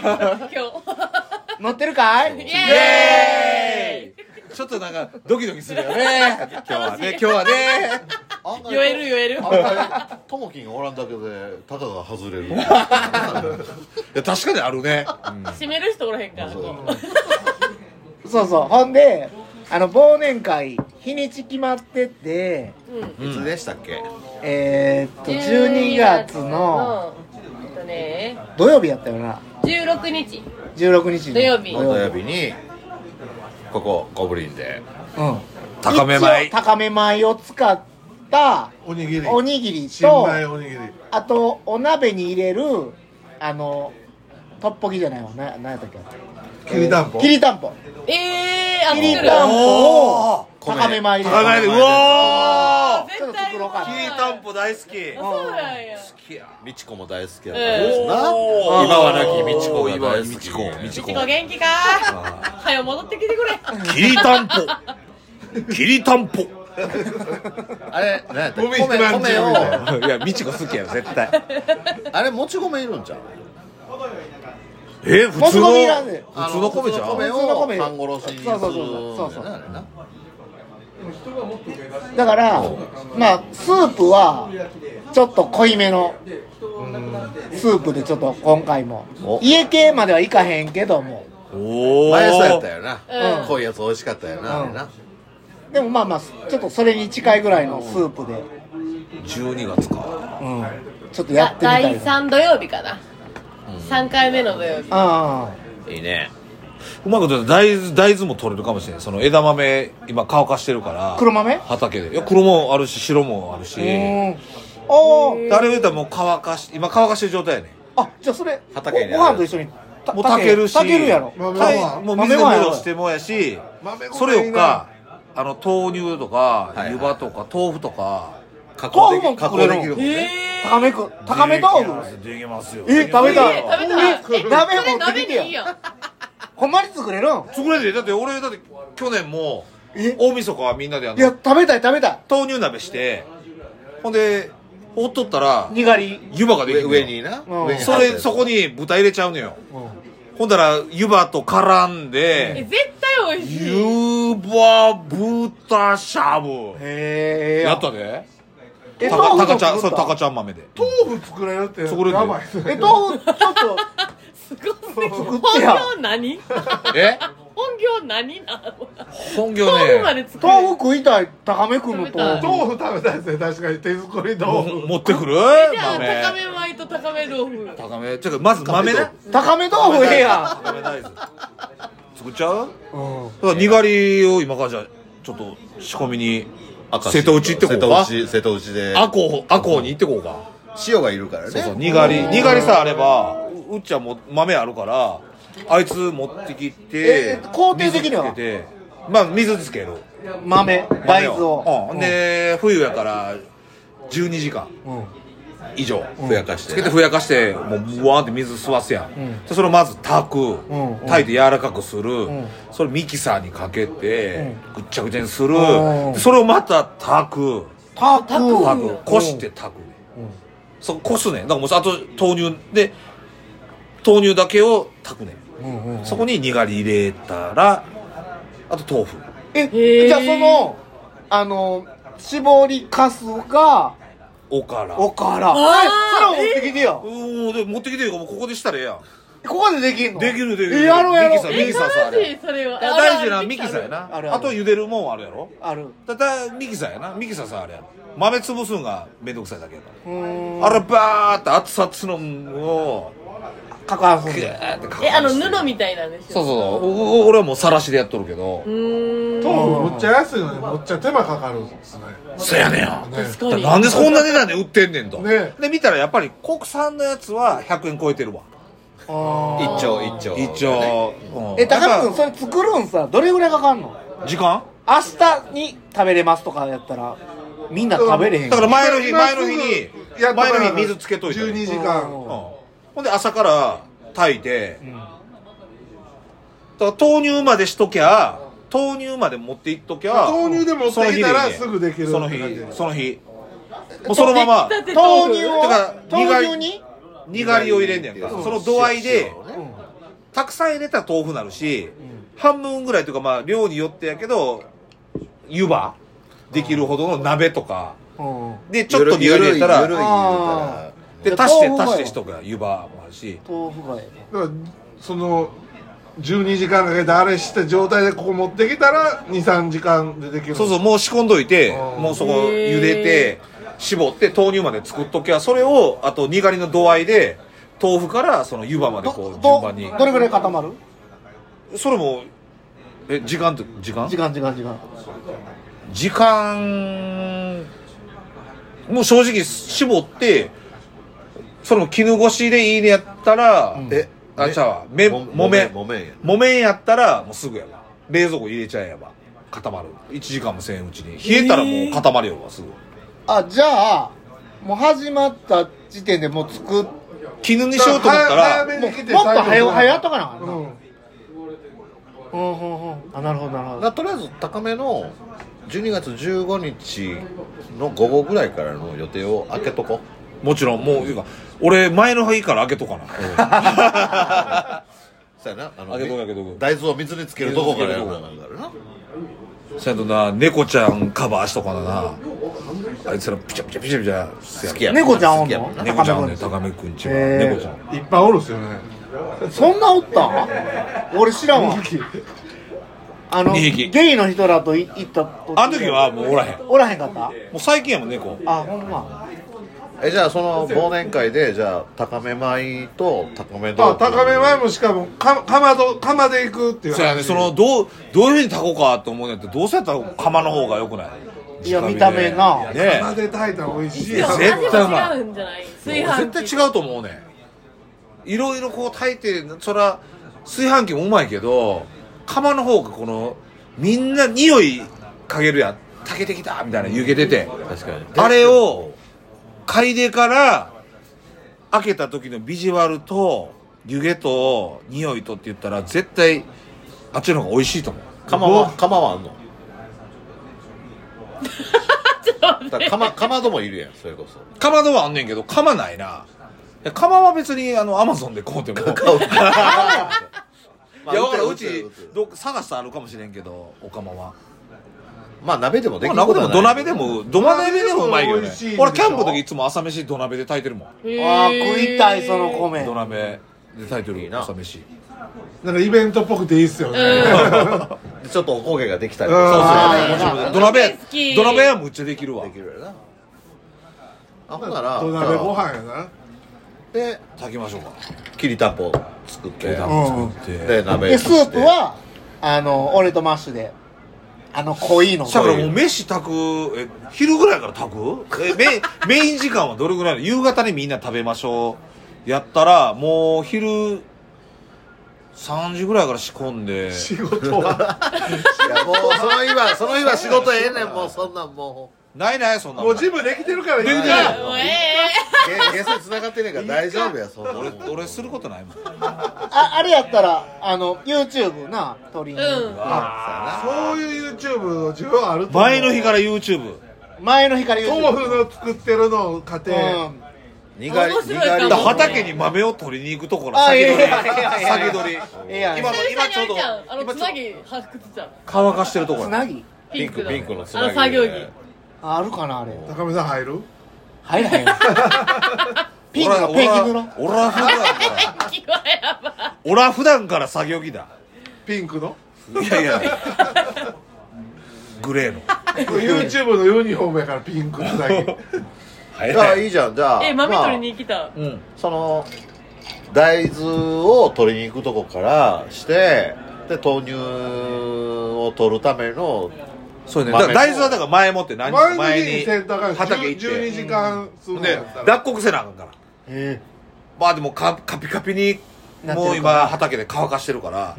S1: 乗ってるかい
S9: 日イエ
S4: ちょっとなんかドキドキするよね 今日はね今日はね
S9: ーイ酔える酔える
S5: ともきんがおらんだけでタカが 外れる
S4: いや確かにある ね
S9: 閉める人おらへんからこ
S1: そうそうほんであの忘年会日にち決まってて
S9: ううん
S5: いつでしたっけ
S1: えー、っと12月の
S9: うんえっとね
S1: 土曜日やったよな
S9: 16日
S1: 16日の
S9: 土曜日
S5: 土曜日にここゴブリンで
S1: うん
S4: 高め米
S1: 一応高め米を使った
S2: おにぎり
S1: おにぎり
S2: 新
S1: と
S2: 米おにぎり
S1: あとお鍋に入れるあのトッポギじゃないわな何やったっけ
S2: きりたんぽ
S1: きりたんぽ
S9: えー、あ
S1: きり
S9: 作る
S1: たんぽを
S5: 米
S1: 高め米で
S4: 高めでうわ
S1: ちょっと
S9: 絶対
S1: 作ろうか
S4: ー
S1: な
S4: きりたんぽ大好き
S9: あそうなんや
S5: 美智子も大好きやった
S9: え
S5: ですな、
S4: おー
S5: 今は亡き美智子が大好き
S4: 美智子美
S9: みちこ元気かはよ戻ってきてくれ
S4: きりたんぽきりたんぽ
S5: あれ何やったっけ
S2: もみ
S5: 米
S2: じまんじゅ
S5: 米
S2: うみたい
S5: を
S4: いや美智子好きやろ絶対
S5: あれもち米いるんじゃん
S4: え普
S1: も
S4: 通
S1: ち
S4: の
S1: 米いらんねん
S4: 普通の米じゃ
S5: あの
S1: 普通の
S4: ん
S5: 普通の
S1: 米
S5: 米を半殺しにする
S1: そうそうそうそうそう
S5: あれな
S1: だからまあスープはちょっと濃いめのスープでちょっと今回も
S5: お
S1: 家系まではいかへんけども
S4: おお
S5: 前さやったよな、
S9: うん
S5: 濃いやつ美味しかったよな、あれな
S1: でもまあまあちょっとそれに近いぐらいのスープで、
S5: 12月か
S1: うん、ちょっとやってみたい
S9: 第
S1: な
S9: 3土曜日かな、3回目の土曜日
S1: あ
S5: いいね
S4: うまいこと言うと大豆大豆も取れるかもしれないその枝豆今乾かしてるから
S1: 黒豆
S4: 畑でいや黒もあるし白もあるし
S1: あうんおー
S4: 誰を言ったらもう乾かし今乾かしてる状態やね
S1: あじゃあそれ
S5: 畑に
S1: ご
S5: ある
S1: ご飯と一緒にた
S4: もう炊けるし
S1: 炊けるやろ
S2: 豆
S4: はい
S2: ご飯
S4: もう水で戻してもやし
S2: 豆ご飯
S4: それよかあの豆乳とか
S5: はいはい
S4: 湯葉とか豆腐とか
S5: 加工で
S1: 豆腐も
S5: き加
S1: 作
S5: 工
S1: れ
S5: で
S1: る
S5: きるもんね、
S1: 高めく高め豆腐
S4: できますよ
S1: え食べたい
S9: え食べたいえ
S1: え鍋
S9: それ
S1: 持って
S9: 鍋
S1: きて
S9: でいい
S1: よ
S9: よ
S1: ほんまに作れるん
S4: 作れてだって俺だって去年も
S1: え
S4: 大晦日はみんなであ
S1: いや
S4: の
S1: 食べたい食べたい
S4: 豆乳鍋してほんでほっとったら
S1: にがり
S4: 湯葉ができ
S5: 上
S4: る
S5: 上にな、
S1: うん
S5: 上に貼
S4: そ
S5: って
S4: れそこに豚入れちゃうのよ、ほんだら湯葉と絡ん
S9: え
S4: で
S9: 絶対美味しい
S4: 湯葉豚しゃぶ
S1: へえ
S4: やったで
S1: え
S4: た
S1: 豆
S4: か
S1: 腐
S4: たかちゃ
S1: 作
S4: んそ
S1: っ
S4: う
S1: た
S4: たかちゃん豆で
S2: 豆腐作れるって
S4: 作れる
S2: やばいっす
S1: え豆腐ちょっと
S9: すごい
S1: 作
S9: 本
S1: ってや
S9: 業何
S4: え
S9: 本業何なの
S4: 本業
S9: 豆腐ま
S4: ね
S9: で作る
S1: 豆腐食いたい高めくんの
S9: 食べ
S1: 豆
S9: た
S1: 腐
S2: 豆腐食べたいですね確かに手作り
S4: も
S2: 豆腐
S4: 持ってくる
S9: じゃあ高
S4: 豆
S9: め米と高め豆腐
S4: 高めちょっとまず豆ね
S1: 高め豆腐ええや
S4: 高め大豆作っちゃう
S1: うん
S4: だからにがりを今からじゃあちょっと仕込みに
S5: 赤
S4: 瀬戸内行ってこうか
S5: 瀬戸内瀬戸内で
S4: アコアコに行ってこうか
S5: 塩がいるからね
S4: そうそうにがりにがりさえあればううっちゃんも豆あるからあいつ持ってきて
S1: え工程的には
S4: 水つけてまあ水つける
S1: 豆大豆を
S4: うん、で冬やから12時間
S1: うん
S4: 以上
S5: ふやかして
S4: つけてふやかしてもうブワーンって水吸わすやん、でそれをまず炊く、
S1: んうん
S4: 炊いて柔らかくする、
S1: ん
S4: それミキサーにかけて、ぐっちゃぐちゃにする、
S1: うん
S4: でそれをまた炊く
S1: 炊く
S4: 炊くこして炊くね、そうこすねだからもうあと豆乳で豆乳だけを炊くね、そこににがり入れたらあと豆腐
S1: えじゃあそのあの絞りかすが
S4: おから
S1: おから
S9: ー
S1: えそれを持ってきてよ
S4: おおで持ってきてるからもうここでしたらええやん
S1: ここでできんの
S4: できるでき
S1: え
S4: る
S1: やろうやろう
S4: ミキサーミ
S9: え
S4: キサーさあ
S9: 楽し
S4: れ
S9: いそれは
S4: だ大事なミキサーや
S1: ある
S4: な
S1: あ
S4: あ
S1: る
S4: と茹でるもんあるやろ
S1: ある
S4: だだミキサーやなミキサーさあれやろ豆潰すんがめんどくさいだけやか
S1: うーん
S4: らあれバーって熱々のを
S1: かかんすん
S4: グ
S1: で
S4: ーってか
S9: えあの
S4: そう
S9: 布みたいなんでしょ
S4: そうそうお俺はもうさらしでやっとるけど
S9: うーん
S2: 豆腐むっちゃ安いのにむっちゃ手間かかるんですね
S4: そやねんや
S9: 確
S4: だか
S9: か
S4: ら
S9: に
S4: なんでそんな値段で売ってんねんと
S2: ね
S4: で見たらやっぱり国産のやつは100円超えてるわ
S5: 一丁一丁
S4: 一応うん
S1: え高
S4: や
S1: 野君
S4: っ
S1: それ作るんさどれぐらいかかんの
S4: ぱ時間
S1: 明日に食べれますとかやったらみんな食べれへん
S4: だから前の日
S2: 今
S4: 前
S2: すぐ
S4: の日に
S2: やっとか
S4: 前
S2: な
S4: の日水つけといて
S2: 12時
S1: う
S2: 間
S1: ん
S4: ほんで朝から炊いて、だから豆乳までしときゃ豆乳まで持っていっときゃ
S2: 豆乳で持ってきたら
S4: その日いいね
S2: すぐできる
S4: その
S2: って感じ
S4: 日その日もうそのまま
S9: 出来たて
S1: 豆乳を
S4: だから
S1: 豆乳に
S4: にがりを入れんねやんか、その度合いで、たくさん入れたら豆腐なるし、半分ぐらいというかまあ量によってやけど湯葉できるほどの鍋とか
S1: うん
S4: でちょっとにがり入れたら
S5: ゆるいゆるい
S1: あ
S4: で足して
S1: 豆腐
S4: 足
S1: も
S4: してしとくやん湯葉もあるし
S1: 豆腐がえ
S2: だからその12時間かけてあれした状態でここ持ってきたら23時間でできる
S4: そうそうもう仕込んどいて
S2: あー
S4: もうそこ茹でて絞って豆乳まで作っときゃそれをあとにがりの度合いで豆腐からその湯葉ま
S1: え
S4: でこう
S1: ど
S4: 順番に
S1: どどれぐらい固まる
S4: それもえ時間って時間
S1: 時間時間時間
S4: 時間もう正直絞ってその絹ごしでいいねやったら、
S5: え
S4: あちゃうわめ
S5: も
S4: もめ
S5: もめんや
S4: もめんやったらもうすぐやわ冷蔵庫入れちゃえば固まる1時間もせんうちに冷えたらもう固まるよわすぐ
S1: あじゃあもう始まった時点でもう作っも
S4: 絹にしようと思ったら
S2: 早めに来て
S1: っと早う早やっ
S2: と
S1: とかなあかんなうんうんうんうんあなるほどなるほど
S5: だからとりあえず高めの12月15日の午後ぐらいからの予定を開けとこ
S4: もちろんもういうか俺前の日から開けと かな
S5: そうやなあの
S4: 開けとこ開けとこ
S5: 大豆を水につけるとこからやるななんだろうな
S4: せやとな猫ちゃんカバーしとかななあいつらピチャピチャピチャピチャせや
S5: 好きやも
S1: 猫ちゃんお
S5: 好
S1: ん
S5: きやも
S1: の
S5: な
S4: 猫ちゃんね高めくんちは
S1: へー
S4: 猫ちゃん
S2: いっぱいおるっすよね
S1: そんなおったん俺知らんわあの
S4: 二匹
S1: ゲイの人らとい行った時
S4: あの時はもうおらへんも
S1: おらへんかった
S4: う最近やもん猫
S1: あほんま
S5: えじゃあその忘年会でじゃあ高め米と高め豆
S2: あ
S5: 腐
S2: 高め前もしかもか釜と釜で行くっていう
S4: そうやねそのどうどういうふうに炊こうかと思うんやってどうせやったら釜の方がよくない
S1: いや
S4: 直火で
S1: 見た目な
S4: ね
S2: 釜で炊いたら美味しい
S4: いや
S2: やん
S4: 絶対うまい
S9: 味違うんじゃない炊飯
S4: 絶
S9: 器
S4: 対違うと思うねいろいろこう炊いてそら炊飯器もうまいけど釜の方がこのみんな匂いかげるやん炊けてきたみたいな湯気出て
S5: 確かに
S4: あれを嗅いでから開けた時のビジュアルと湯気と匂いとって言ったら絶対あっちの方が美味しいと思う
S5: 釜は釜はあんのだから釜釜どもいるやんそれこそ
S4: 釜戸はあんねんけど釜ないないや釜は別にあのアマゾンで買うても
S5: う
S4: いやだからう
S5: 打て
S4: ち
S5: る打てる
S4: どっか探したらあるかもしれんけどお釜は
S5: まあ鍋でもで
S4: ま
S5: き
S4: あ
S5: るこ
S4: 鍋
S5: と
S4: で
S5: は
S4: も
S5: な
S4: 土鍋でも
S5: い
S4: 土鍋でもうまいけど
S2: 美
S4: ね
S2: 味しいんでしょ
S4: 俺キャンプの時いつも朝飯土鍋で炊いてるもん
S9: へー
S1: あー食いたいその米
S4: 土鍋で炊いて
S5: いい
S4: る
S5: な
S4: 朝飯
S2: なんかイベントっぽくていいっすよね
S5: でちょっとお焦げができたり
S2: うん
S5: そう
S1: あー
S5: そう
S1: いいな
S4: 土鍋
S9: 好き
S4: 土鍋はむっちゃできるわ
S5: できるよなあほんなら
S2: 土鍋ご飯やな
S5: じゃあで
S4: 炊きましょうか
S5: きりたんぽ作って
S1: うん
S5: で鍋
S1: でスー
S5: 作って
S1: プはあの俺とマッシュであの濃いの
S4: だからもう飯炊くえ昼ぐらいから炊くえメインメイン時間はどれぐらいなの夕方にみんな食べましょうやったらもう昼3時ぐらいから仕込んで
S2: 仕事は
S5: いやもうその日はその日は仕事ええねんもうそんなんも
S4: ないないそんな
S2: も
S4: も
S2: うんジムできてるからいい
S5: できてる
S2: な
S9: もうえ
S5: うゲスつながってねえから大丈夫やそんなも
S4: 俺
S5: ん
S4: 俺することないもん
S1: ああれやったらあの YouTube な鳥に、
S9: えうん
S2: そういう YouTube の需要あると思う
S4: 前の日から YouTube
S1: 前の日から
S2: 豆
S1: YouTube
S2: 腐の作ってるのを家庭
S1: うん
S5: にがり
S9: 面
S5: に
S9: 白いか
S5: が
S9: も
S5: り
S4: だから畑に豆を取りに行くところ
S1: あ
S4: 先
S1: いや
S4: 取
S1: い
S4: り
S1: やいやいや
S4: 先取り
S1: ええやん
S4: 今の今ちょうど
S9: 久々にあれじゃんあの
S4: 今
S9: つ
S4: ちょ
S9: な
S4: うど
S9: ぎ発掘じゃん
S4: 乾かしてるとこ
S1: つ
S4: ろ
S1: なぎ
S9: ピンクの
S5: ピンクのつな
S9: あ
S5: ぎ
S9: の作業着
S1: ああるかなあれ
S2: 高見さん入る
S1: 入らへんわピンクのペンキの
S4: 俺は普段から
S9: 気はやば
S4: 俺は普段から作業着だ
S2: ピンクの
S4: いやいやグレーの
S2: YouTube のユニフォームやからピンクつなぎ
S4: はい
S5: じゃあいいじゃんじゃあ
S9: いえ豆
S5: まあ
S9: 取りに来た
S4: うん
S5: その大豆を取りに行くとこからしてで豆乳を取るための
S4: そうねだ
S5: 豆
S4: から大豆はだから前もって何
S2: 前の
S4: 日前
S2: 日に
S4: に
S2: センターから
S4: 畑行
S2: 12
S4: っ
S2: 時間する
S4: て
S2: のや
S4: で
S2: ったら
S4: 脱穀せなあかんから
S1: え
S4: まあでもかカピカピに
S1: なってるから
S4: もう今畑で乾かしてるから、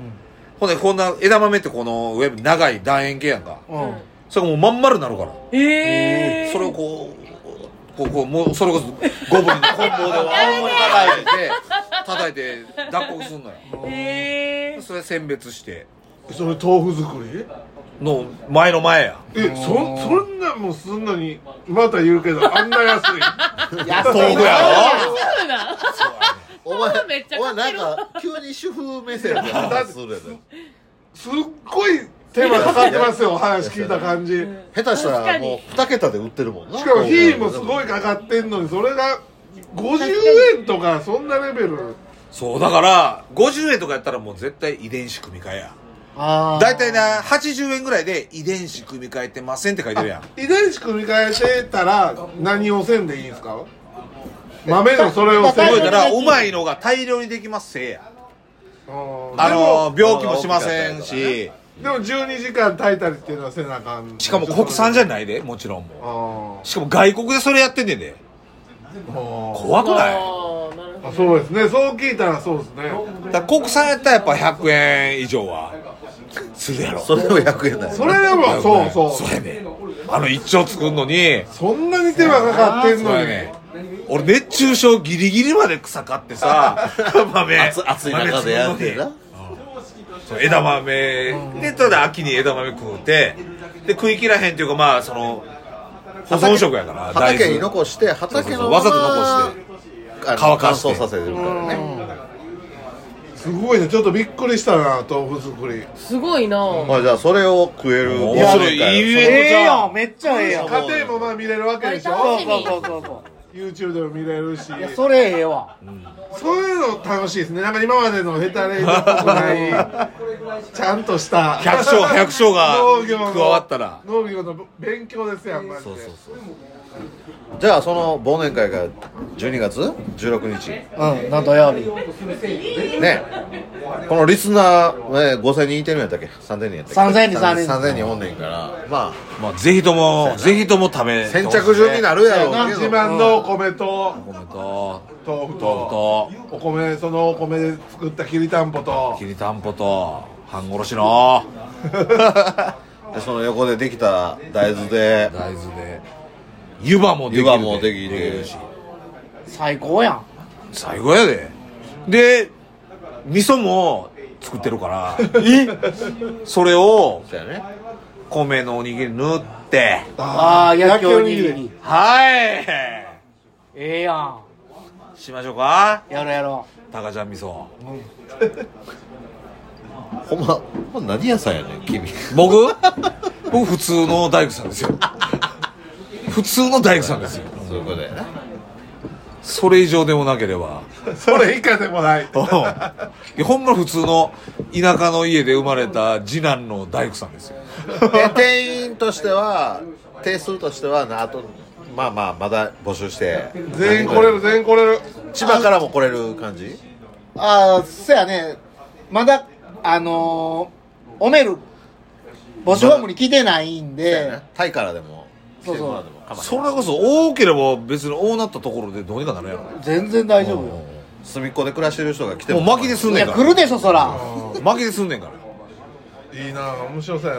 S4: ほんでこんな枝豆ってこの上に長い楕円形やんか
S1: えうん
S4: それがもうまん丸になるから
S9: ええ
S4: それをこうこうこうもうそれこそゴブリンの棍棒で青森叩いて叩いて脱穀すんのよ
S9: ええ
S4: それ選別して
S2: それ豆腐作り
S4: の前の前や
S2: えそそんなんもすんのにまた言うけどあんな安い
S1: 安
S4: 豆
S1: い
S4: 腐やろ
S9: そうなん
S5: お前
S9: 豆めっちゃ
S5: お前
S9: 買
S5: な
S9: って
S5: ん
S9: る
S5: か急に主婦目線で話するやつ
S2: すっごい手間かかってますよ話聞いた感じ
S5: 下手した
S9: 確からに
S5: もう2桁で売ってるもんな
S2: しかも火もすごいかかってんのにそれが50円とかそんなレベル
S4: そうだから50円とかやったらもう絶対遺伝子組み換えや
S1: あ
S4: 大体な80円ぐらいで遺伝子組み換えてませんって書いてるやん
S2: 遺伝子組み換えてたら何をせんでいいんすか豆のそれをせん
S4: 覚え
S2: で
S4: たらうまいのが大量にできますせいや
S2: あー
S4: あの
S5: でも
S4: 病気もしません
S5: あの大き
S4: し
S2: でも12時間炊いたりっていうのはせなあかん
S4: しかも国産じゃないいでもちろんも
S2: あ
S4: うしかも外国でそれやってんねんで
S2: ー
S4: 怖くない
S9: ああなるほ
S2: あ
S9: ど
S2: そうですねそう聞いたらそうですね
S4: だから国産やったらやっぱ100円以上はするやろ
S5: それでも100円だよ
S2: それでもそうそう
S4: そうやねんあの一丁作んのに
S2: そんなに手間かかってん
S4: そう
S2: の
S4: や
S2: に
S4: ねん俺熱中症ギリギリまで草買ってさ豆
S5: 暑暑い中でやんねんな
S4: 豆作んのに枝豆でただ秋に枝豆食うてで食い切らへんっていうかまあその保存食やから
S5: 畑に
S4: 大豆
S5: 残して畑
S4: そうそ
S5: の
S4: うそうわざと残
S5: して
S4: 乾
S5: 乾
S4: か
S5: か
S4: して
S5: 乾燥させてるからね
S2: すごいねちょっとびっくりしたな豆腐作り
S9: すごいな
S5: まあじゃあそれを食える
S4: 面白い
S5: いや
S4: いい
S5: そ
S4: え
S1: え
S4: え
S1: え
S4: やん
S1: やんめっちゃええやん
S2: 家庭もまあ見れるわけでし
S9: あ
S2: ょ
S9: れ楽し
S1: そうそうそうそう
S2: YouTube でも見れるし
S1: いやそれええわ
S2: そういうの楽しいですねなんか今までのヘタレイっぽくない ちゃんとした
S4: 百姓百姓が
S2: 農業の
S4: 加わったら
S2: 農業の勉強ですやんマジで
S5: うそうそうじゃあその忘年会が12月16日
S1: うんなんとやる
S5: ねこのリスナー、えー5000人いてるんやったっけ3000人やったっけ
S1: 3000人3000人
S5: 3000人おんねんからま
S4: まあぜひともぜひとも食べ
S5: あ先着順になるやろう
S2: 自
S5: けど
S2: 慢のお米と
S4: お米と
S2: 豆腐
S4: 豆
S2: と
S4: 腐と
S2: お米そのお米で作ったきりたんぽと
S4: きりたんぽと半殺しの
S5: でその横でできた大豆で
S4: 大豆で湯葉もできるで
S5: 湯葉もできる
S1: 最高やん
S4: 最後やでで味噌も作ってるからそれを
S5: そうやね
S4: 米のおにぎり塗って
S1: ああ焼きおにぎり
S4: は
S1: ええやん
S4: いしましょうか
S1: やろうやろ
S4: タカちゃん味噌
S5: ほんまほんま何屋さんやねん君
S4: 僕僕普通の大工さんですよ普通の大工さんですよ
S5: そういうことやな
S4: それ以上でもなければ
S2: それ以下でもない
S4: うんいやほんま普通の田舎の家で生まれた次男の大工さんですよ
S5: で店員としては定数としてはなあとまあまあまだ募集して
S2: 全員来れる全員来れる
S5: 千葉からも来れる感じ
S1: うああそやねまだあのー、おめる募集フォームに来てないん
S5: そうや
S1: で
S5: ねタイからでも
S1: そうそう
S5: 来てもらっても構わん
S4: それこそ多ければ別に多なったところでどうにかなるやろ
S1: 全然大丈夫よ
S5: 隅っこで暮らしてる人が来て
S4: もう巻きですん
S1: い
S4: ねん
S1: や
S4: から
S1: 来るでしょそら
S4: 巻きですんねんから
S2: いいな面白そうや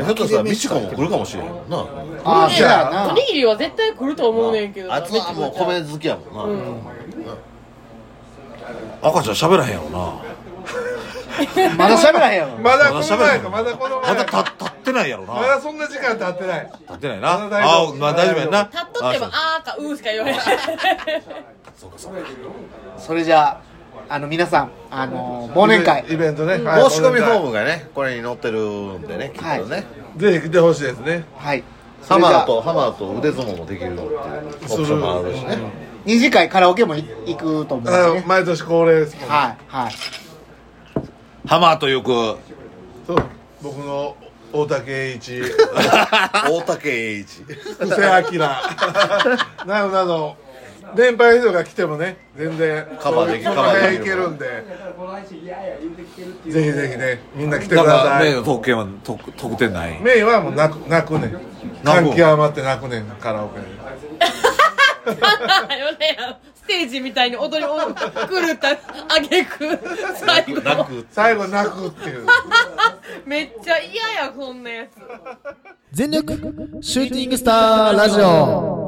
S2: な
S5: ひょっとしたら美智子も来るかもしれんもんな
S1: ああそや
S9: お
S1: な
S9: にぎりは絶対来ると思うねんけど
S5: あいつはもう米好きやもんな、
S4: 赤ちゃん喋らへんやろな
S1: まだ喋らへんやろ
S2: まだこの前かまだこの
S4: ま
S2: 前
S4: だ
S2: か
S4: た立ってないやろな
S2: まだそんな時間経ってない
S4: 立ってない
S2: ま
S4: な
S2: だ大
S4: あ
S2: 丈
S4: あ
S2: 夫
S4: まあ大丈夫やんな
S9: 立っとっても
S4: あ
S9: あーかうーしか言われない
S1: それじゃああの皆さんあのー忘年会
S2: イベントね、はい
S5: 申し込みフォームがねこれに載ってるんでねきっとね、
S1: はい
S2: ぜひ来てほしいですね
S1: はいそ
S5: ハ
S1: れじ
S5: マ
S1: ゃ
S5: ー
S1: あ
S5: とハマーと腕相撲もできるっていうオプションもあるし ね
S1: 二次会カラオケもい行くと思うんで
S2: あの
S1: ね
S2: 毎年恒例ですもんね
S1: はいはい
S4: ハマーとよく
S2: そう僕の大竹栄一
S5: 大竹栄一
S2: 布施明などなど年配の人が来てもね全然
S5: カバーでき
S2: カ
S5: る
S2: バーできるんでぜひぜひねみんな来てく
S4: なん
S2: ださ
S4: かメイ
S2: い
S4: の特権は特特典ない
S2: メインはもう泣く泣くねん
S4: 泣く
S2: 感極まって泣くねんカラオケで
S9: よねやんステージみたいに踊りを狂ったあげく最後
S2: 最後泣くっていう
S9: めっちゃ嫌やこんなやつ
S11: 全力シューティングスターラジオ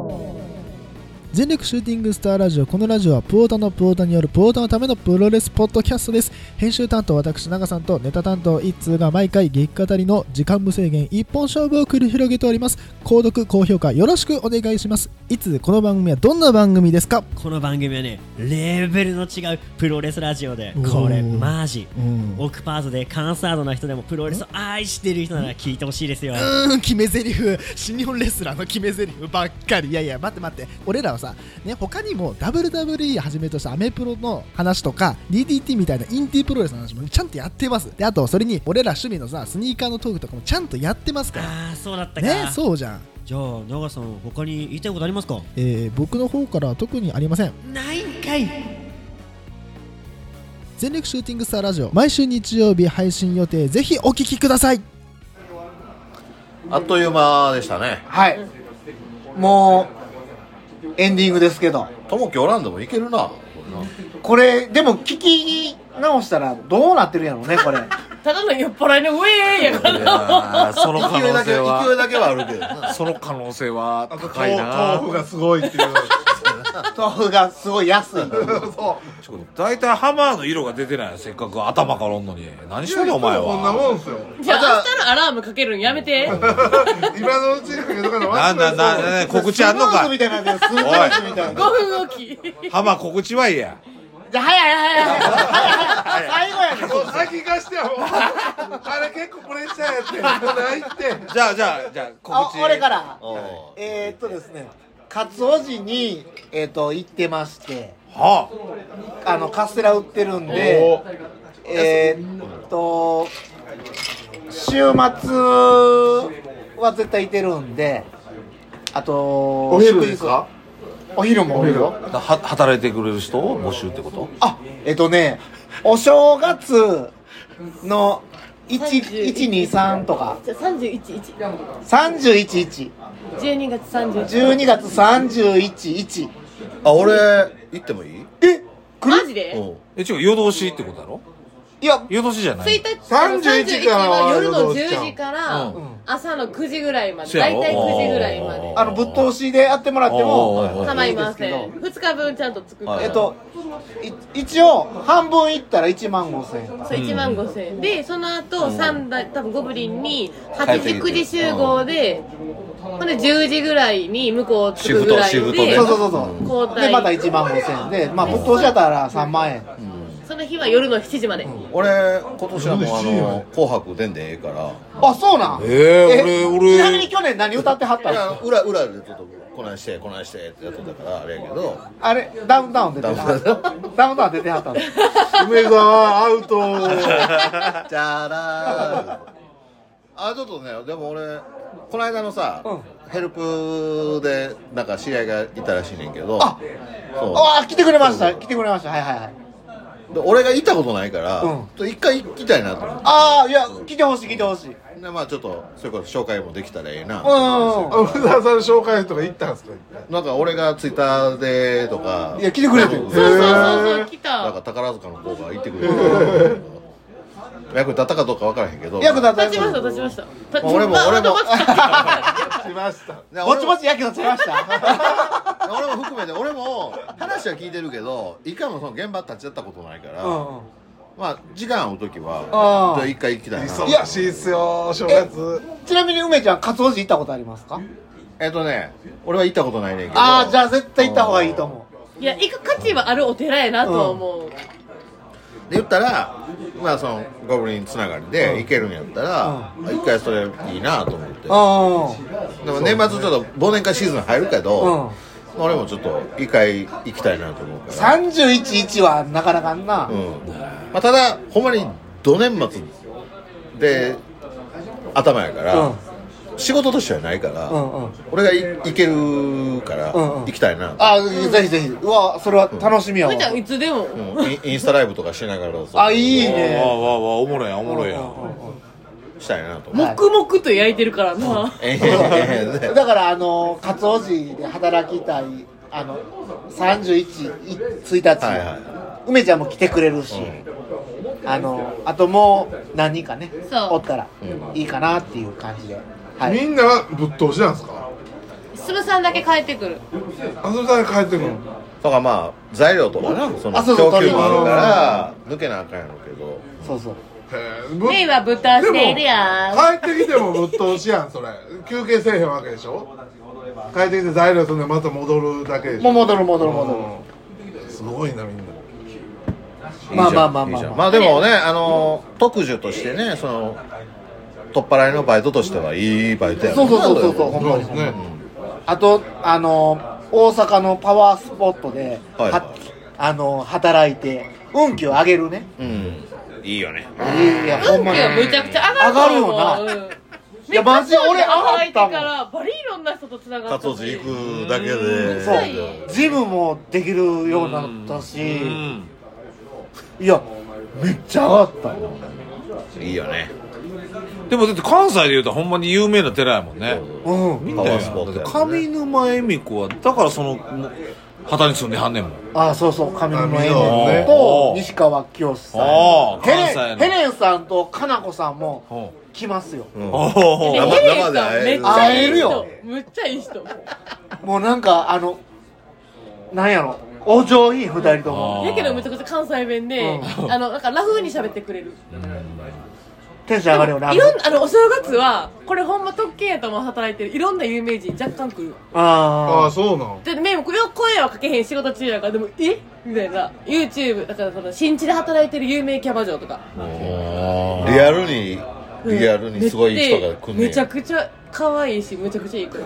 S11: 全力シューティングスターラジオこのラジオはプオータのプオータによるプオータのためのプロレスポッドキャストです編集担当私長さんとネタ担当一通が毎回激語りの時間無制限一本勝負を繰り広げております購読高評価よろしくお願いしますいつこの番組はどんな番組ですか
S12: この番組はねレベルの違うプロレスラジオでこれマジ
S11: うん
S12: オクパートでカンサードな人でもプロレスを愛してる人なら聞いてほしいですよ
S11: うん決め台詞新日本レスラーの決め台詞ばっかりいやいや待って待って俺らはさね他にも WWE はじめとしたアメプロの話とか DDT みたいなインディープロレスの話もちゃんとやってますであとそれに俺ら趣味のさスニーカーのトークとかもちゃんとやってますか
S12: ああそうだった
S11: ら
S12: か、
S11: ねそうじゃん
S12: じゃあ長さん他に言いたいことありますか
S11: えー僕の方から特にありません
S12: ないんかい
S11: 全力シューティングスターラジオ毎週日曜日配信予定ぜひお聞きください
S5: あっという間でしたね
S1: はいもうエンディングですけど
S5: ともきおらんでもいけるな
S1: これでも聞き直したらどうなってるんやろうねこれ
S9: ただの酔っ払いのウェーやから
S4: あその可能性は
S5: 勢いだけはあるけどな
S4: その可能性は
S2: あと
S4: 高いな
S2: 豆腐がすごいっていう
S1: 豆腐がすごい安い
S4: ちょっと大体ハマーの色が出てないよせっかく頭からおんのに何してんねんお前
S2: こんなも
S4: は
S2: んっすよ
S9: じゃあ明日のアラームかけるんやめて
S2: 今のうちにかけとかの
S4: なんだなんだなんだ告知あんの
S1: ス
S4: か
S1: ムーズみたいなんですスムーズみたいな
S9: 5分おき
S4: ハマー告知はいいや
S1: じゃあ早い早い早い早い最後やねん
S2: もう先行かしてよもうあれ結構プレッシャーやってないって
S4: じゃあじゃあじゃあ
S1: あ
S4: 告知
S1: 俺から
S5: おう
S1: えー、っとですね勝尾寺に、えーっと行ってまして
S4: は
S1: あのカステラ売ってるんでえー、っと週末は絶対いてるんであとお昼ですかお昼もお昼よ
S4: あは働いてくれる人を募集ってこと
S1: あえっとねお正月の1123とか
S9: じゃあ311
S1: 3111
S9: 12月31
S1: 12月311
S5: あ俺行ってもいい
S9: マジで
S5: おう
S4: え違う夜通しってことだろ
S1: いや
S4: 夜通しじゃな
S9: 1
S4: い
S9: 日
S2: 31
S9: は夜の
S2: 夜の
S9: 10時から
S4: う
S9: 朝の9時ぐらいまで
S4: そうや
S9: 大
S4: ろ
S9: 体9時ぐらいまで
S1: あのぶっ通しでやってもらって
S4: おーおーお
S1: も
S4: ー
S9: 構い
S1: で
S9: ます
S1: け
S9: せ
S1: ど
S9: ん2日分ちゃんと作って
S1: えっとい一応半分いったら1万5000円
S9: そう1万5000円でその後三大多分ゴブリンに8時
S5: 帰ってきて
S9: 9時集合でほんで10時ぐらいに向こう着くぐら
S5: シ
S9: い
S5: フトシフト
S9: で
S5: で
S1: そうそうそうそう
S9: 交代
S1: でまた1万5000円でまあぶっ通しやったら3万円
S9: その日は夜の7時まで
S5: 俺今年はもうあの「紅白」出んでええから
S1: あそうなん
S4: えー、俺
S1: ちなみに
S4: 俺
S1: 去年何歌ってはった
S5: いや
S1: の
S5: 裏裏でちょっとこないしてこないしてってやっとったからあれやけど
S1: あれダウンタウン出てはった
S5: ダウンタ
S1: ダウンタウン出てはったの
S2: 梅沢アウト
S5: じゃらーあちょっとねでも俺この間のさ、ヘルプでなんか知り合いがいたらしいねんけど
S1: あ
S5: そ
S1: ああ来てくれました来てくれましたはいはいはい
S5: で俺が行ったことないから、ち
S1: うん
S5: ょっと一回行きたいなと思っ
S1: ああいや来てほしい来てほしい
S5: てでまあちょっとそれこそ紹介もできたらええな、
S1: う
S2: 梅沢さんの紹介とか行ったんすか
S5: なんか俺がツイッターでとか
S1: んいや来てくれてる
S9: そうそうそうそう来
S5: なんか
S9: た
S5: 宝塚の子が行ってくれる役立ったかどうか分からへんけど
S1: 役立った
S9: 立ちました立ちました立ち
S5: 俺も
S9: ま
S5: 俺も
S9: また
S2: 来ました
S5: で俺
S1: ぼ
S5: も
S1: ちぼちやけどちゃいました
S5: 俺も含めて俺も話は聞いてるけど一回もその現場立ち会ったことないから、
S1: うんうん
S5: まあ時間合う時は
S1: あー
S5: じゃあ一回行きたいない
S2: 忙しいっすよ正月
S1: ちなみに梅ちゃん、カツオジ行ったことありますか
S5: えっとね俺は行ったことないねんけど
S1: ああ、じゃあ絶対行った方がいいと思
S9: いや行く価値はあるお寺やなとは思う
S5: で言ったらまあそのゴブリンつながりで行けるんやったら一、回それいいなと思って
S1: う。うん。
S5: でも年末ちょっと忘年会シーズン入るけど、俺もちょっと一回行きたいなと思うから、
S1: 311はなかなかんな
S5: う。んまあ、ただほんまにど年末で頭やから、
S1: うん
S5: 仕事としてはないから、
S1: うんうん。
S5: 俺がい行けるから
S1: うんうん
S5: 行きたいな、
S1: あーぜひぜひ。うわ、それは楽しみやわ
S9: 梅。ちゃんいつでも
S5: うんインインスタライブとかしながら
S1: あ、いい
S4: わーわ
S1: ね。
S4: ーわーおもろいやんおもろいやん
S5: したいなと思う
S9: 黙々と焼いてるからな
S5: ええ
S1: だから、あの、カツオジで働きたい、あの、31、い1日、
S5: はいは
S1: 梅ちゃんも来てくれるし、あの、あともう何人かね、
S9: そう
S1: おったらいいかなっていう感じで。は
S2: み
S1: い。
S2: んなぶっ通しなんですか
S9: すぶさんだけ帰ってくる
S2: あそこから帰ってくるの
S5: とかまあ材料とかなその
S1: あそうそう
S5: 供給もあるから抜けなあかんやろうけど
S1: そうそう。
S2: へえぶ
S9: メイはぶっ倒しているやん
S2: 帰ってきてもぶっ通しやんそれ休憩せえへんわけでしょ帰ってきて材料とんでまた戻るだけでし
S1: もう
S2: ょ
S1: 戻る戻る戻る。
S2: すごいなみんな
S1: まあまあまあまあ
S5: いいじゃんいいじゃんまあでもねあの特需としてねその取っ払いのバイトとしてはいいバイトやろ
S1: そうそうそうそうそう、ほんま
S2: そう
S1: に
S2: です。ね
S1: あと、あの、大阪のパワースポットで、
S5: はい
S1: はあの、働いて、運気を上げるね。
S5: うんいいよね
S1: いや、ほん
S9: 運気
S1: まに。
S9: はむちゃくちゃ上がると思う
S1: 上がる
S9: うん
S1: いや、マジで俺上が
S9: 入
S1: っ
S9: ったた
S1: も
S9: か
S1: ん。
S9: らバリいろんな人とつなが
S5: カ
S9: っ
S5: ツオ
S9: た
S5: ジ行くだけで
S1: そう。ジムもできるようになったし、
S4: うん
S1: いや、めっちゃ上がった
S5: いいよね
S4: でもだって関西で言うとほんまに有名な寺やもんね
S1: うん
S4: みんなやだって上沼恵美子はだからそのもう旗に住んではんねんもん
S1: ああそうそう上沼恵美
S4: ね
S1: 子と西川きよしさん
S4: ああ
S1: ヘ
S4: 関西
S1: レ
S4: の
S1: ンヘレンさんとかなこさんも来ますよ
S4: お
S1: 生生で会える会えるよ
S9: めっちゃいい人
S1: もうなんかあのなんやろお上品二人とも
S9: やけどめちゃくちゃ関西弁で、あのなんかラフに喋ってくれる
S1: テンション上がるよね
S9: いろんなあのお正月はこれほんま特権やと思う働いてるいろんな有名人若干来る
S1: あ
S2: あそうなん
S9: でメイもよ声はかけへん仕事中やからでもえみたいな YouTube だからその新地で働いてる有名キャバ嬢とか
S5: リアルにリアルにすごい人が来んね
S9: め
S5: ん
S9: ちゃくちゃ可愛いしめちゃくちゃいい子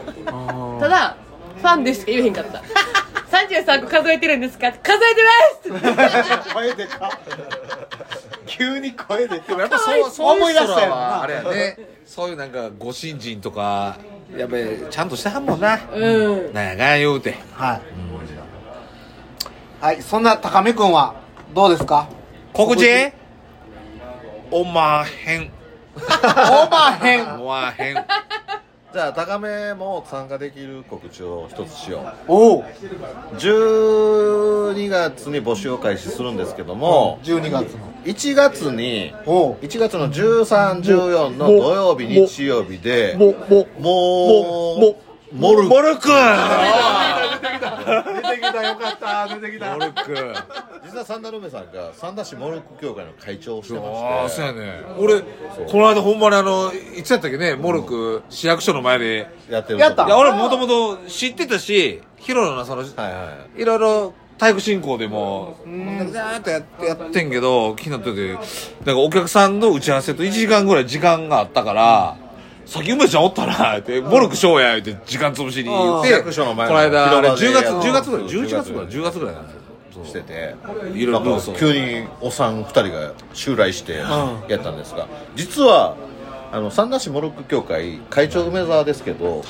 S9: ただファンですって言えへんかった 33個数えてるんですか数えてないっす
S1: 声でか急に声で
S4: でもやっぱ
S9: かわい
S4: そう
S9: い
S4: そう
S1: 思い
S4: い
S1: う出
S4: 人
S1: したよ
S4: ら
S1: な
S4: はあれやねそういうなんかご新人とかやっぱりちゃんとしてはんもんな
S9: うん
S4: なんやかんや言うて
S1: はい、はいそんな高見君はどうですか
S4: 告知おまへん
S1: オーバーヘン
S4: おまへん
S5: じゃあ高めも参加できる告知を一つしよう
S1: おお
S5: 12月に募集を開始するんですけども
S1: 12月の
S5: 1月に
S1: おう
S5: 1月の1314の土曜日日曜日でも
S1: もも
S5: うモル
S4: モルク
S2: 出てきたよかった出てきた
S4: モルク
S5: 実は三田梅さんが三田市モルク協会の会長をしてま
S4: ああ
S5: し
S4: そう
S5: て
S4: やね俺この間ほんまにあのいつやったっけねモルク市役所の前で
S5: やってる
S1: やった
S4: いや俺もともと知ってたしヒロのなその
S5: はいはい
S4: ろいろ体育振興でもザーッとやってやってんけど気になっててなんかお客さんの打ち合わせと1時間ぐらい時間があったから「さっき梅ちゃんおったな」って「モルクショーや」って時間潰しに言って
S5: 市
S4: こ
S5: 役所の前の
S4: の間あれ10
S5: 広場で
S4: 月10月ぐらい
S5: うん
S4: 11月ぐらい10月ぐらいなんですよ
S5: してて
S4: いろいろ
S5: なんか
S4: そう
S5: 急におっさん2人が襲来してやったんですが、実はあの三田市モルック協会会長梅沢ですけど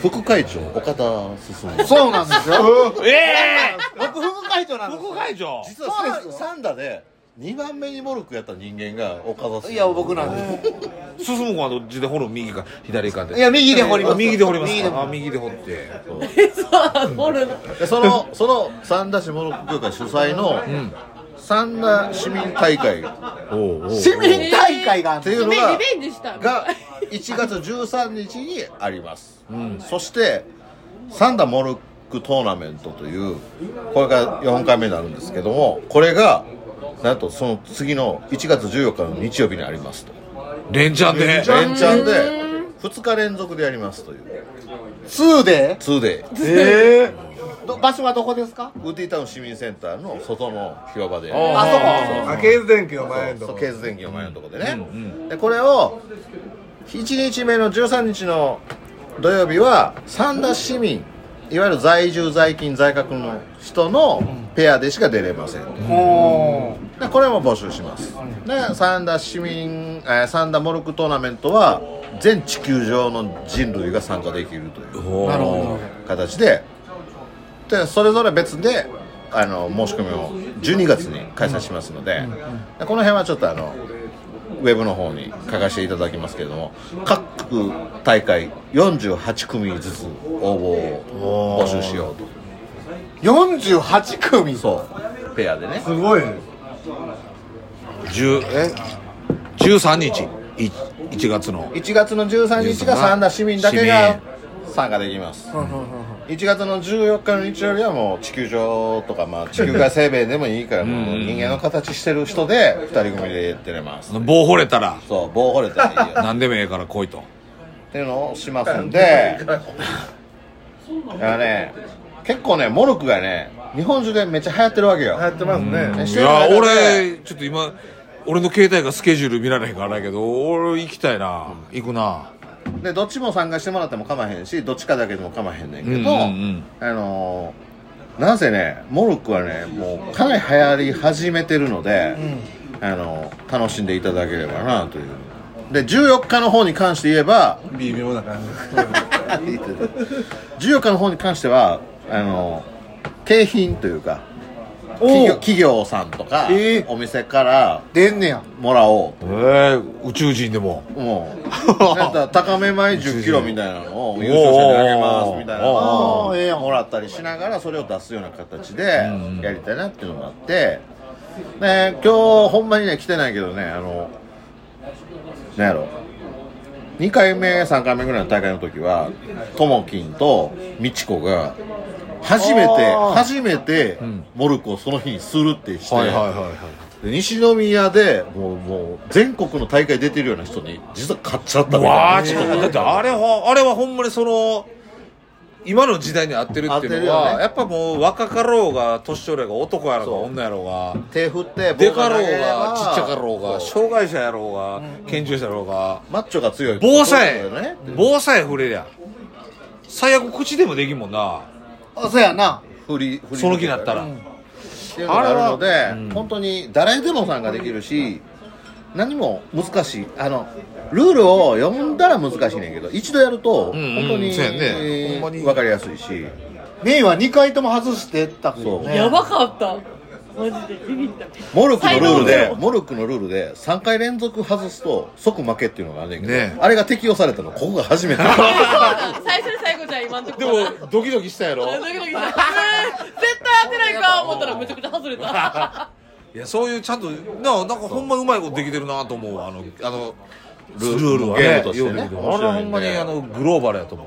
S5: 副会長岡田進
S1: そうなんです よ
S4: ええ
S1: 僕副会長なんです
S4: 副会長
S5: 実は
S1: そうですよ
S5: 三田で2番目にモルックやった人間が岡田進
S1: いや僕なんです
S4: 進む子はどっちで掘る右か左かで
S1: いや右で掘ります
S4: あ右で掘ります
S1: 右で掘
S4: あ右で掘って
S9: そうおる
S5: でそのその三田市モルック協会主催の、三田市民大会
S1: 市民大会があ
S5: ってい
S1: る
S5: うの
S9: リ
S5: が
S9: ベンジした
S5: が1月13日にあります、そしてサンダモルックトーナメントというこれが4回目になるんですけどもこれがなんとその次の1月14日の日曜日にありますと
S4: 連チャンで
S5: 連チャンで2日連続でやりますという
S1: 2で
S5: 2day
S1: ええ場所はどこですか
S5: ウッディタウン市民センターの外の広場で
S1: あ
S2: あケーズ電機の前のと
S5: そ
S2: こ
S5: うケーズ電機の前のとこでね、でこれを1日目の13日の土曜日は三田市民いわゆる在住在勤在宅の人のペアでしか出れません、
S1: そこおー
S5: でこれも募集します、で三田市民、えー三田モルクトーナメントは全地球上の人類が参加できるという
S1: なるほ
S5: 形ででそれぞれ別であの申し込みを12月に開催しますので,、でこの辺はちょっとあのウェブの方に書かせていただきますけれども各大会48組ずつ応募を募集しようと
S1: ど48組
S5: そうペアでね
S2: すごいね
S4: 10え13日い1月の
S5: 1月の13日が三田市民だけが参加できます1月の14日の日曜日はもう地球上とか、まあ、地球外生命でも いいからもう人間の形してる人で2人組で出れます
S4: 棒掘れたら
S5: そう棒掘れたらいいよ
S4: 何でもええから来いと
S5: っていうのをします んでだからね結構ねモルクがね日本中でめっちゃ流行ってるわけよ
S2: 流行ってますね
S5: ね
S4: い
S5: 知らな
S4: や
S5: い中で
S4: 俺ちょっと今俺の携帯がスケジュール見られへんからあれやけど俺行きたいな行くな
S5: でどっちも参加してもらっても構わへんしどっちかだけでも構わへんねんけど、
S4: うんうん
S5: あのーなんせねモルクはねもうかなり流行り始めてるので、あのー楽しんでいただければなというで14日の方に関して言えば
S2: 微妙な感じ
S5: 14日の方に関してはあのー景品というか企業企業さんとか、お店から
S1: 出んねや
S5: もらおう
S4: え宇宙人でも
S5: もうなんか高め前1 0キロみたいなのを優勝者にあげますみたいなの
S4: おーおーお
S5: を
S4: ーええやん
S5: もらったりしながらそれを出すような形でやりたいなっていうのがあってで今日ほんまにね来てないけどねあのなんやろ2回目3回目ぐらいの大会の時はともきんとみちこが初めて
S4: あー
S5: 初めてモルクをその日にするってして、
S4: はいはいはいはい
S5: で西宮でもうもう全国の大会出てるような人に実は買っちゃったみたいな
S4: わあちょっとだってあれはあれはほんまにその今の時代に合ってるっていうの
S5: 合ってるよ
S4: は
S5: ね
S4: やっぱもう若かろうが年寄りが男やろうが女やろうが
S5: 手振って
S4: でかろう
S5: 棒投げれ
S4: が
S5: ば
S4: ちっちゃかろうが障害者やろうが健常者やろうが
S5: マッチョが強い
S4: 棒さえ
S5: そうだよね
S4: 棒さえ触れりゃ最悪口でもできんもんな
S1: あそうやな
S5: 振り振り
S4: その気になったら
S5: っていうのがあるので本当に誰でも参加できるし何も難しいあのルールを読んだら難しいねんけど一度やると本当
S4: ん
S5: に,、
S4: そうやね
S5: 分かりやすいし
S1: メイは2回とも外してたけどね
S9: やばかったマジでビビった
S5: モルクのルール
S9: 才能
S5: でモルクのルールで3回連続外すと即負けっていうのがあるねんけど、あれが適用されたのここが初めて
S9: 最初の最後じゃん今のとこ
S4: でもドキドキしたやろ
S9: ドキドキしたうーん 絶対当てないか思ったらめちゃくちゃ外れた
S4: いやそういうちゃんとななんかほんまうまいことできてるなと思うわあのあのル
S5: ルール
S4: ールはね
S5: ゲームとしてね
S4: ようできるあれ
S5: 面白いんで
S4: はほんまにあのグローバルやと思う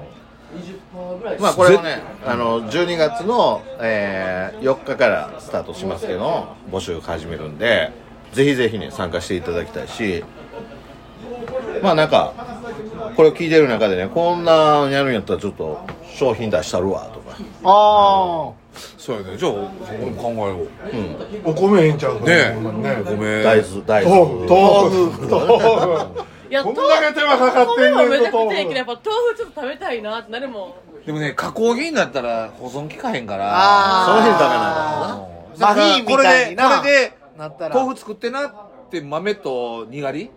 S5: まあこれはねあの12月の、えー4日からスタートしますけど募集始めるんでぜひぜひね参加していただきたいしまあなんかこれを聞いてる中でねこんなんやるんやったらちょっと商品出したるわとか
S1: あ
S4: そうやねじゃあ俺も考えよう
S5: うん
S2: お米ええんちゃうか
S4: ね
S2: ね
S4: ごめん
S5: 大豆大豆
S2: 豆腐豆腐豆腐
S9: いや
S2: こんだけ手間かかってんねん
S9: 豆もめちゃくちゃいいけどやっぱ豆腐ちょっと食べたいなってなるもん
S4: でもね加工品だったら保存効かへんから
S9: あーその
S1: マ
S4: だか
S9: 辺
S1: フ
S4: ら
S1: ィンみたいにな
S4: これでこ
S1: なっ
S4: れ
S1: た
S4: で
S1: ら
S4: 豆腐作ってなって豆とにがり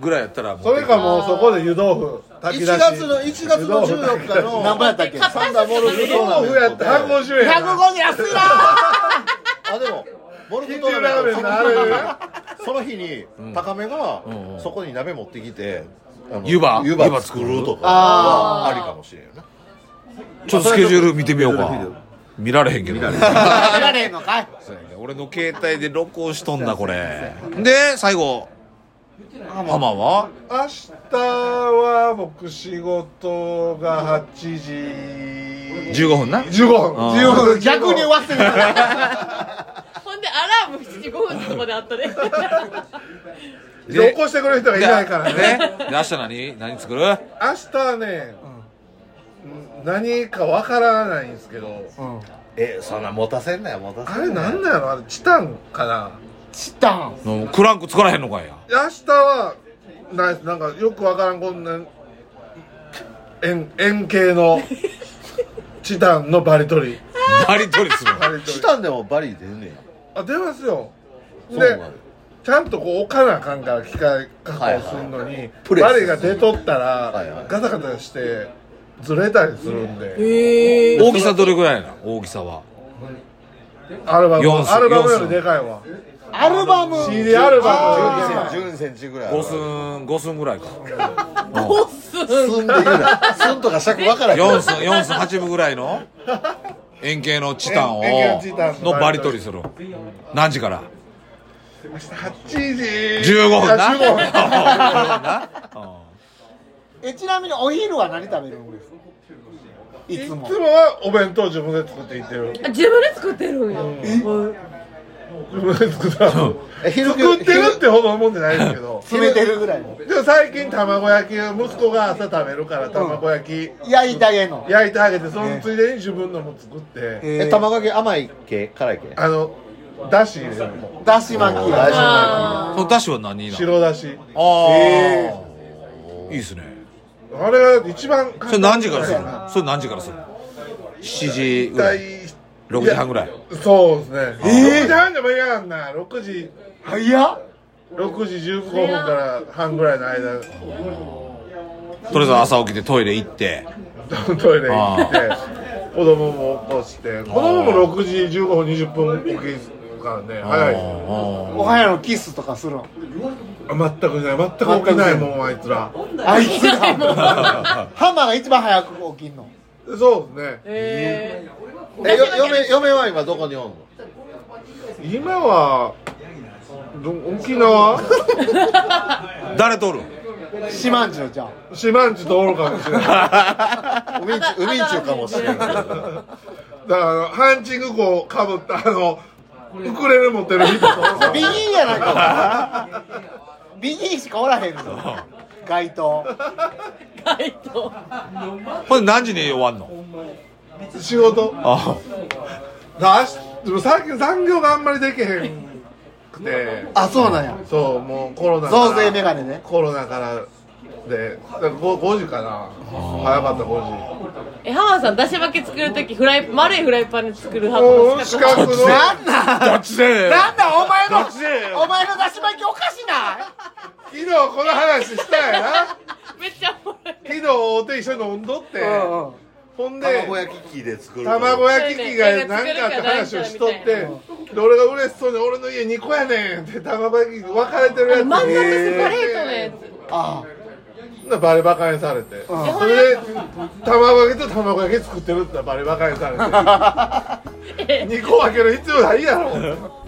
S4: ぐらいやったらもう
S2: それかもうそこで湯豆腐炊き出し
S5: 1月の1月の14日の
S1: 何倍やったっけ
S5: サンダーボルフトーナメ
S2: 豆
S5: ント
S2: 腐
S5: で
S2: やったら150円やな
S1: 150安いな
S5: あでもモルフ
S2: 金
S5: トー
S2: 龍ラ
S5: ナ
S2: ー
S5: メン
S2: メ
S5: ト
S2: ンのあれ
S5: その日に高めがそこに鍋持ってきてあの
S4: 湯葉
S5: 湯
S4: 湯葉
S5: 葉
S4: 作
S5: 作
S4: る
S5: るとか
S1: あ
S5: はありかもしれんよね
S4: ちょっとスケジュール見てみようか見られへんけど
S1: やられへんのかい
S4: そうやね 俺の携帯で録音しとんなこれで最後浜は
S2: 明日は僕仕事が8時
S4: 15分な
S2: 15分
S4: あー
S2: 15分
S1: 逆に忘れてた
S9: ほんでアラーム7時5分ずつまであったね
S2: 旅行してくれる人がいないからね
S4: で明日何何作る
S2: 明日ね、ん何かわからないんですけど、
S5: えそんな持たせんなよ持たせ
S2: あ
S5: んな
S2: れ
S5: よ
S2: なんだろあれチタンかな
S1: チタン
S4: のクランク作らへんのかいや
S2: 明日はないですなんかよくわからんこんな円円形 のチタンのバリ取り
S4: バリ取りするの
S2: バリ取
S5: チ
S2: り
S5: タンでもバリ出んねん
S2: あ出ますよ
S5: そうなの
S2: でちゃんとこう置かなあかんから機械加工するのに、
S5: プレス
S2: バリが出とったら、
S5: はいはい
S2: ガタガタしてずれたりするんで、
S9: へえ
S4: 大きさどれぐらいな大きさは
S2: アルバム
S4: 四寸
S2: アルバムよ
S4: 四
S2: り
S4: 寸
S2: でかいわ
S1: アルバム
S2: CD アルバムよりでかい
S5: 12センチぐらいある
S4: 5寸5寸ぐらいか
S9: 5寸
S5: 寸で言うな寸とか尺分からへん
S4: 4寸4寸8分ぐらいの円形のチタンを
S2: 円形のチタン
S4: のバリ取りする何時から
S2: 8時
S4: 15分な
S2: 15分
S1: えちなみにお昼は何食べるんですかいつ
S2: い
S1: も
S2: つもはお弁当自分で作っていってる
S9: あ自分で作ってるんやもう
S2: 自分で作った作
S5: え昼
S2: ってるってほど思ってないですけど
S1: 詰めてるぐらいの
S2: でも最近卵焼き息子が朝食べるから卵焼き
S1: 焼いてあげんの
S2: 焼いてあげてそのついでに自分のも作って
S5: え卵かけ甘い系辛い系
S2: あのだし入れる
S1: だし巻き
S5: 大丈
S9: あ
S4: そのダッシュは何なの
S2: 白だし
S4: ああいいっすね
S2: あれが一番
S4: それ何時からするのそれ何時からするの7時ぐらい
S2: 大
S4: 6時半ぐらい
S2: そうですね6時半でもいやんな6時
S1: 早っ
S2: 6時15分から半ぐらいの間
S4: とりあえず朝起きてトイレ行って
S2: トイレ行って
S4: あ
S2: 子供も起こして子供も6時15分20分起きるからね早い
S6: おはようキスとかするの
S2: 全くしない全く起きないもんあいつら
S6: あいつらハンマーが一番早く起きんの
S2: そうですね
S9: え
S5: えよ嫁嫁は今どこにおんの
S2: 今はど沖縄
S4: 誰とおる
S6: シマンジのじゃん
S2: シマンジとおるかもしれないだか
S5: 海んち 海んちゅうかもしれない
S2: らあのハンチングこうかぶったあのウクレレ持ってる人とおるかも
S6: ビギンやないかお前ビギンしかおらへんぞ街灯
S9: ー、街頭
S4: これ何時に終わんの
S2: 仕事
S4: あ
S2: だしでもさっき残業があんまりできへんくて
S6: あそうなんや
S2: そうもうコロナから
S6: 増税メガネね
S2: コロナからでだから 5, 時かな早かった5
S9: え浜田さんだし巻き作る時フライ丸いフライパンで作る
S2: 時
S9: 派
S2: もう
S9: です
S2: 四
S9: か
S2: 角の
S6: なんなん
S4: どっちで
S6: なんだお前
S4: どっちで
S6: のお前の出し巻 きおかしない
S2: 昨日この話したやな
S9: めっちゃおもろい
S2: 昨日大手一緒に飲んどってほんで
S5: 卵焼き器で作る
S2: 卵焼き器が何かって話をしとってで俺が嬉しそうに「俺の家2個やねん」って卵焼き器分かれてるやつ
S9: 真ん中セパレートのやつ
S6: あ
S2: なバレバカにされて
S6: ん
S2: それで卵焼きと卵焼き作ってるってバレバカにされて2個分ける必要ないやろ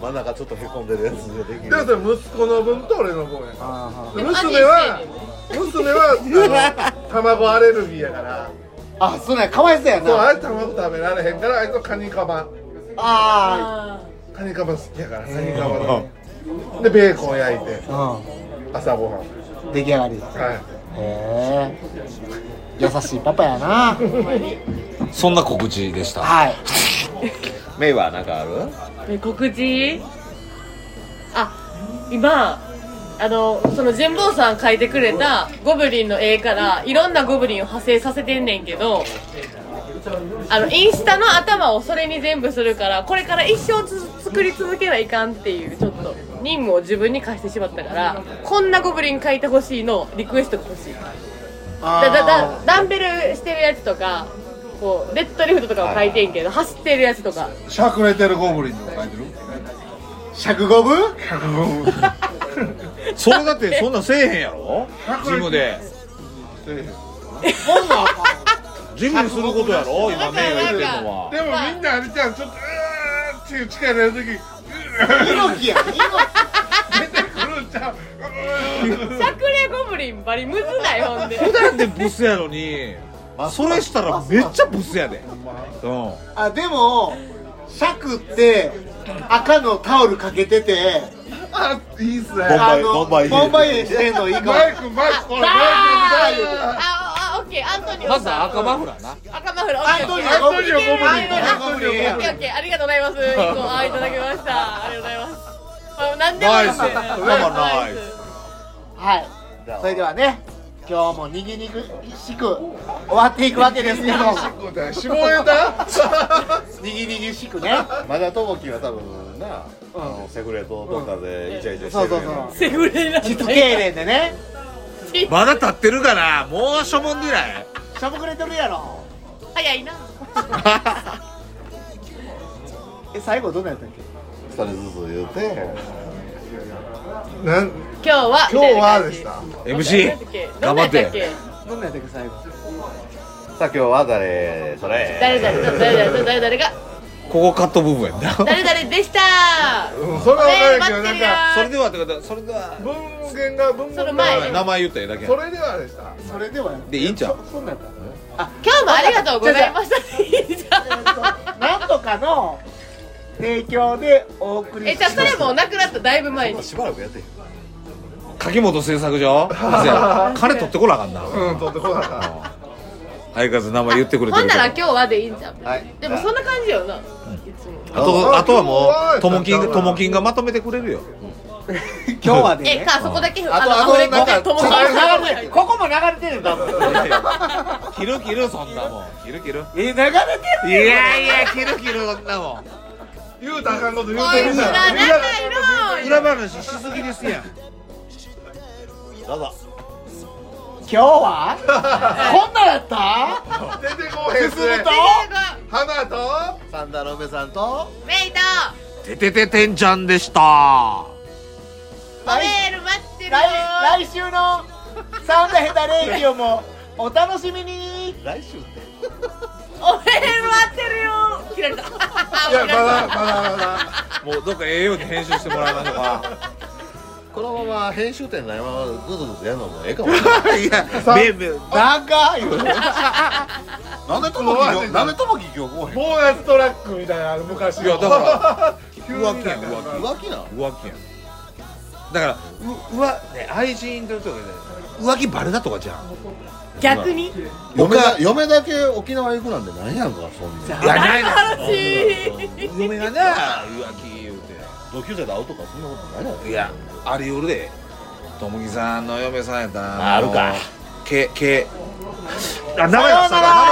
S5: 真ん中ちょっとへこんでるやつが でき
S2: でも
S5: る
S2: それ息子の分と俺の分や
S6: あ
S2: で娘は娘はあの卵アレルギーやから
S6: あそうなんやかわいそうや
S2: そう
S6: な
S2: あれ卵食べられへんからあいつはカニカマ
S6: あ
S9: あ
S2: カニカマ好きやからカニカマのでベーコン焼いて
S6: あ
S2: 朝ごはん
S6: うん出来上がりだ
S2: はい
S6: へえ優しいパパやな
S4: そんな告知でした
S6: はい
S5: メイはなんかある
S9: ーえ告知あ今あのその神保さん描いてくれたゴブリンの絵からいろんなゴブリンを派生させてんねんけどあのインスタの頭をそれに全部するからこれから一生つ作り続けないかんっていうちょっと任務を自分に課してしまったからこんなゴブリン描いてほしいのリクエストが欲しいだだだダンベルしてるやつとかこうレッドリフトとかを描いてんけど走ってるやつとか
S2: しゃくれてるゴブリンとか書いてる
S6: 尺五分
S4: それだってそんなんせえへんやろジムでジムにすることやろ今メイが言ってんのは
S2: でもみんなあれじゃんちょっとうーっていう力入れる時
S6: 猪木や猪木
S2: 出てくるんちゃううー
S9: しゃくれゴブリンバリムズないほんで
S4: 普段でブスやのにそれしたらめっちゃブスやでうん
S6: あでも尺って赤のタオルかけてて
S2: あいいっすね
S5: ボンバイ
S6: あの
S5: ボンバイ
S6: ボンバイエしてんのいいかも
S2: マイクマイクこれマイクマイク
S9: ああオッケーアントニオさん
S4: まずは赤マフラーな
S9: 赤マフラー
S6: アン
S9: オ
S6: ト
S9: ッ
S6: ニ
S9: ケー
S6: オ
S2: アントニオゴブリン
S6: アントニオゴブリン
S9: オッケーオッケーありがとうございます一個あいただきましたありがとうございますあ何でもいいです
S4: ナイスママナイス
S6: はいそれではね今日もにぎにぎしく終わっていくわけですけど
S2: 下ネタ
S6: にぎにぎしくね
S5: まだともきは多分なあのセフレとどっかでイチャイチャ
S6: そう
S5: して
S6: そ
S5: る
S6: うそう
S9: セフレなん
S6: 自主経連でね
S4: まだ立ってるかなもうしょぼんでない
S6: しゃぶくれてるやろ
S9: 早いな
S6: え最後どんなやったっけ
S5: 2人ずつ言うて
S2: なん
S9: 今日は
S2: 今日はでした
S9: みたいな
S4: MC
S9: 感じ
S4: 頑張って
S6: どんなやったっけ最後
S5: さあ今日は誰それ
S9: 誰誰と誰誰と誰誰が
S4: ここカット部分やんな
S9: 誰誰でした
S2: うんそれは
S9: メール
S2: 分か
S9: 待
S2: るけど
S9: ってる
S2: な
S9: よ
S2: んか
S4: それではってことそれでは
S2: 文言が文
S9: その
S2: 言
S9: 前
S2: が
S9: に
S4: 名前言ったらええだけや
S2: そ
S4: ん
S2: れではでした
S6: それでは
S4: でいいんちゃう
S6: そんなんやっ
S9: 今日もありがとうございましたいいじゃん
S6: たなんとかの提供でお送り
S9: えじゃあそれもうなくなっただいぶ前に
S5: しばらくやってへん
S4: 柿本製作所 金取ってこなあかんな
S2: うん取ってこなかっ
S4: 相方名前言ってくれて
S9: ほん
S4: るけ
S9: な
S4: ど
S9: ら今日はでいいんじゃん
S5: はい
S9: でもそんな感じよな、いつも
S4: あとあとはもうともきんともきんがまとめてくれるよ
S6: 今日はで
S9: え
S6: ね
S9: かそこだけあ
S5: あと
S9: の
S5: あ
S9: ア
S5: と
S9: フレコ
S5: な
S9: で
S5: んか
S9: 友
S6: ここ
S9: 達
S6: も流れてるここも流れてるんだもん
S4: 切る切るそんなもん切る切る
S6: え流れて
S4: いやいや切る切るそんなもん
S2: た言うたらあかんこと言う
S9: お
S2: て
S9: い
S2: る
S9: 知
S2: じゃ
S9: ら
S2: ん
S9: ないの
S4: 裏話しすぎですやん
S5: どうぞ
S1: 今日はこんなんやった
S2: 出てこへんっすね
S1: 進むと
S2: 花と
S5: サンダル梅さんと
S9: メイト
S4: ててててんちゃんでした。
S9: パレール待ってるよ
S1: 来来週のサンダヘタレイディオもお楽しみに
S5: 来週って
S9: おメール待ってるよ切られた
S2: いやまだまだまだ
S4: もうどっか栄養に編集してもらいましょうか。
S5: このまま編集点ないままグズグズやるのもええ かもしれない
S4: いや、べべ、
S1: 長いよ
S5: なんでともき今日なんでともき今日来おへん
S2: ボーナストラックみたいなの昔の
S4: いやだか
S2: 急に
S4: 浮気やん
S2: なんか
S4: 浮
S5: 浮気なの
S4: 気浮気やん。だから、う、うわ、ね、愛人というとかで、浮気バレだとかじゃん。
S9: 逆に
S5: 嫁だ嫁だけ沖縄行くなんてなんやんかそんない
S4: や、ないな。
S9: 楽しい
S4: 嫁がな、浮気言う
S5: 同級生で会うとかそんなことないやろ
S4: て。いや、あれ夜で、ともきさんの嫁さんやったら
S5: あるか。
S4: け、け。あ、名前出したら、名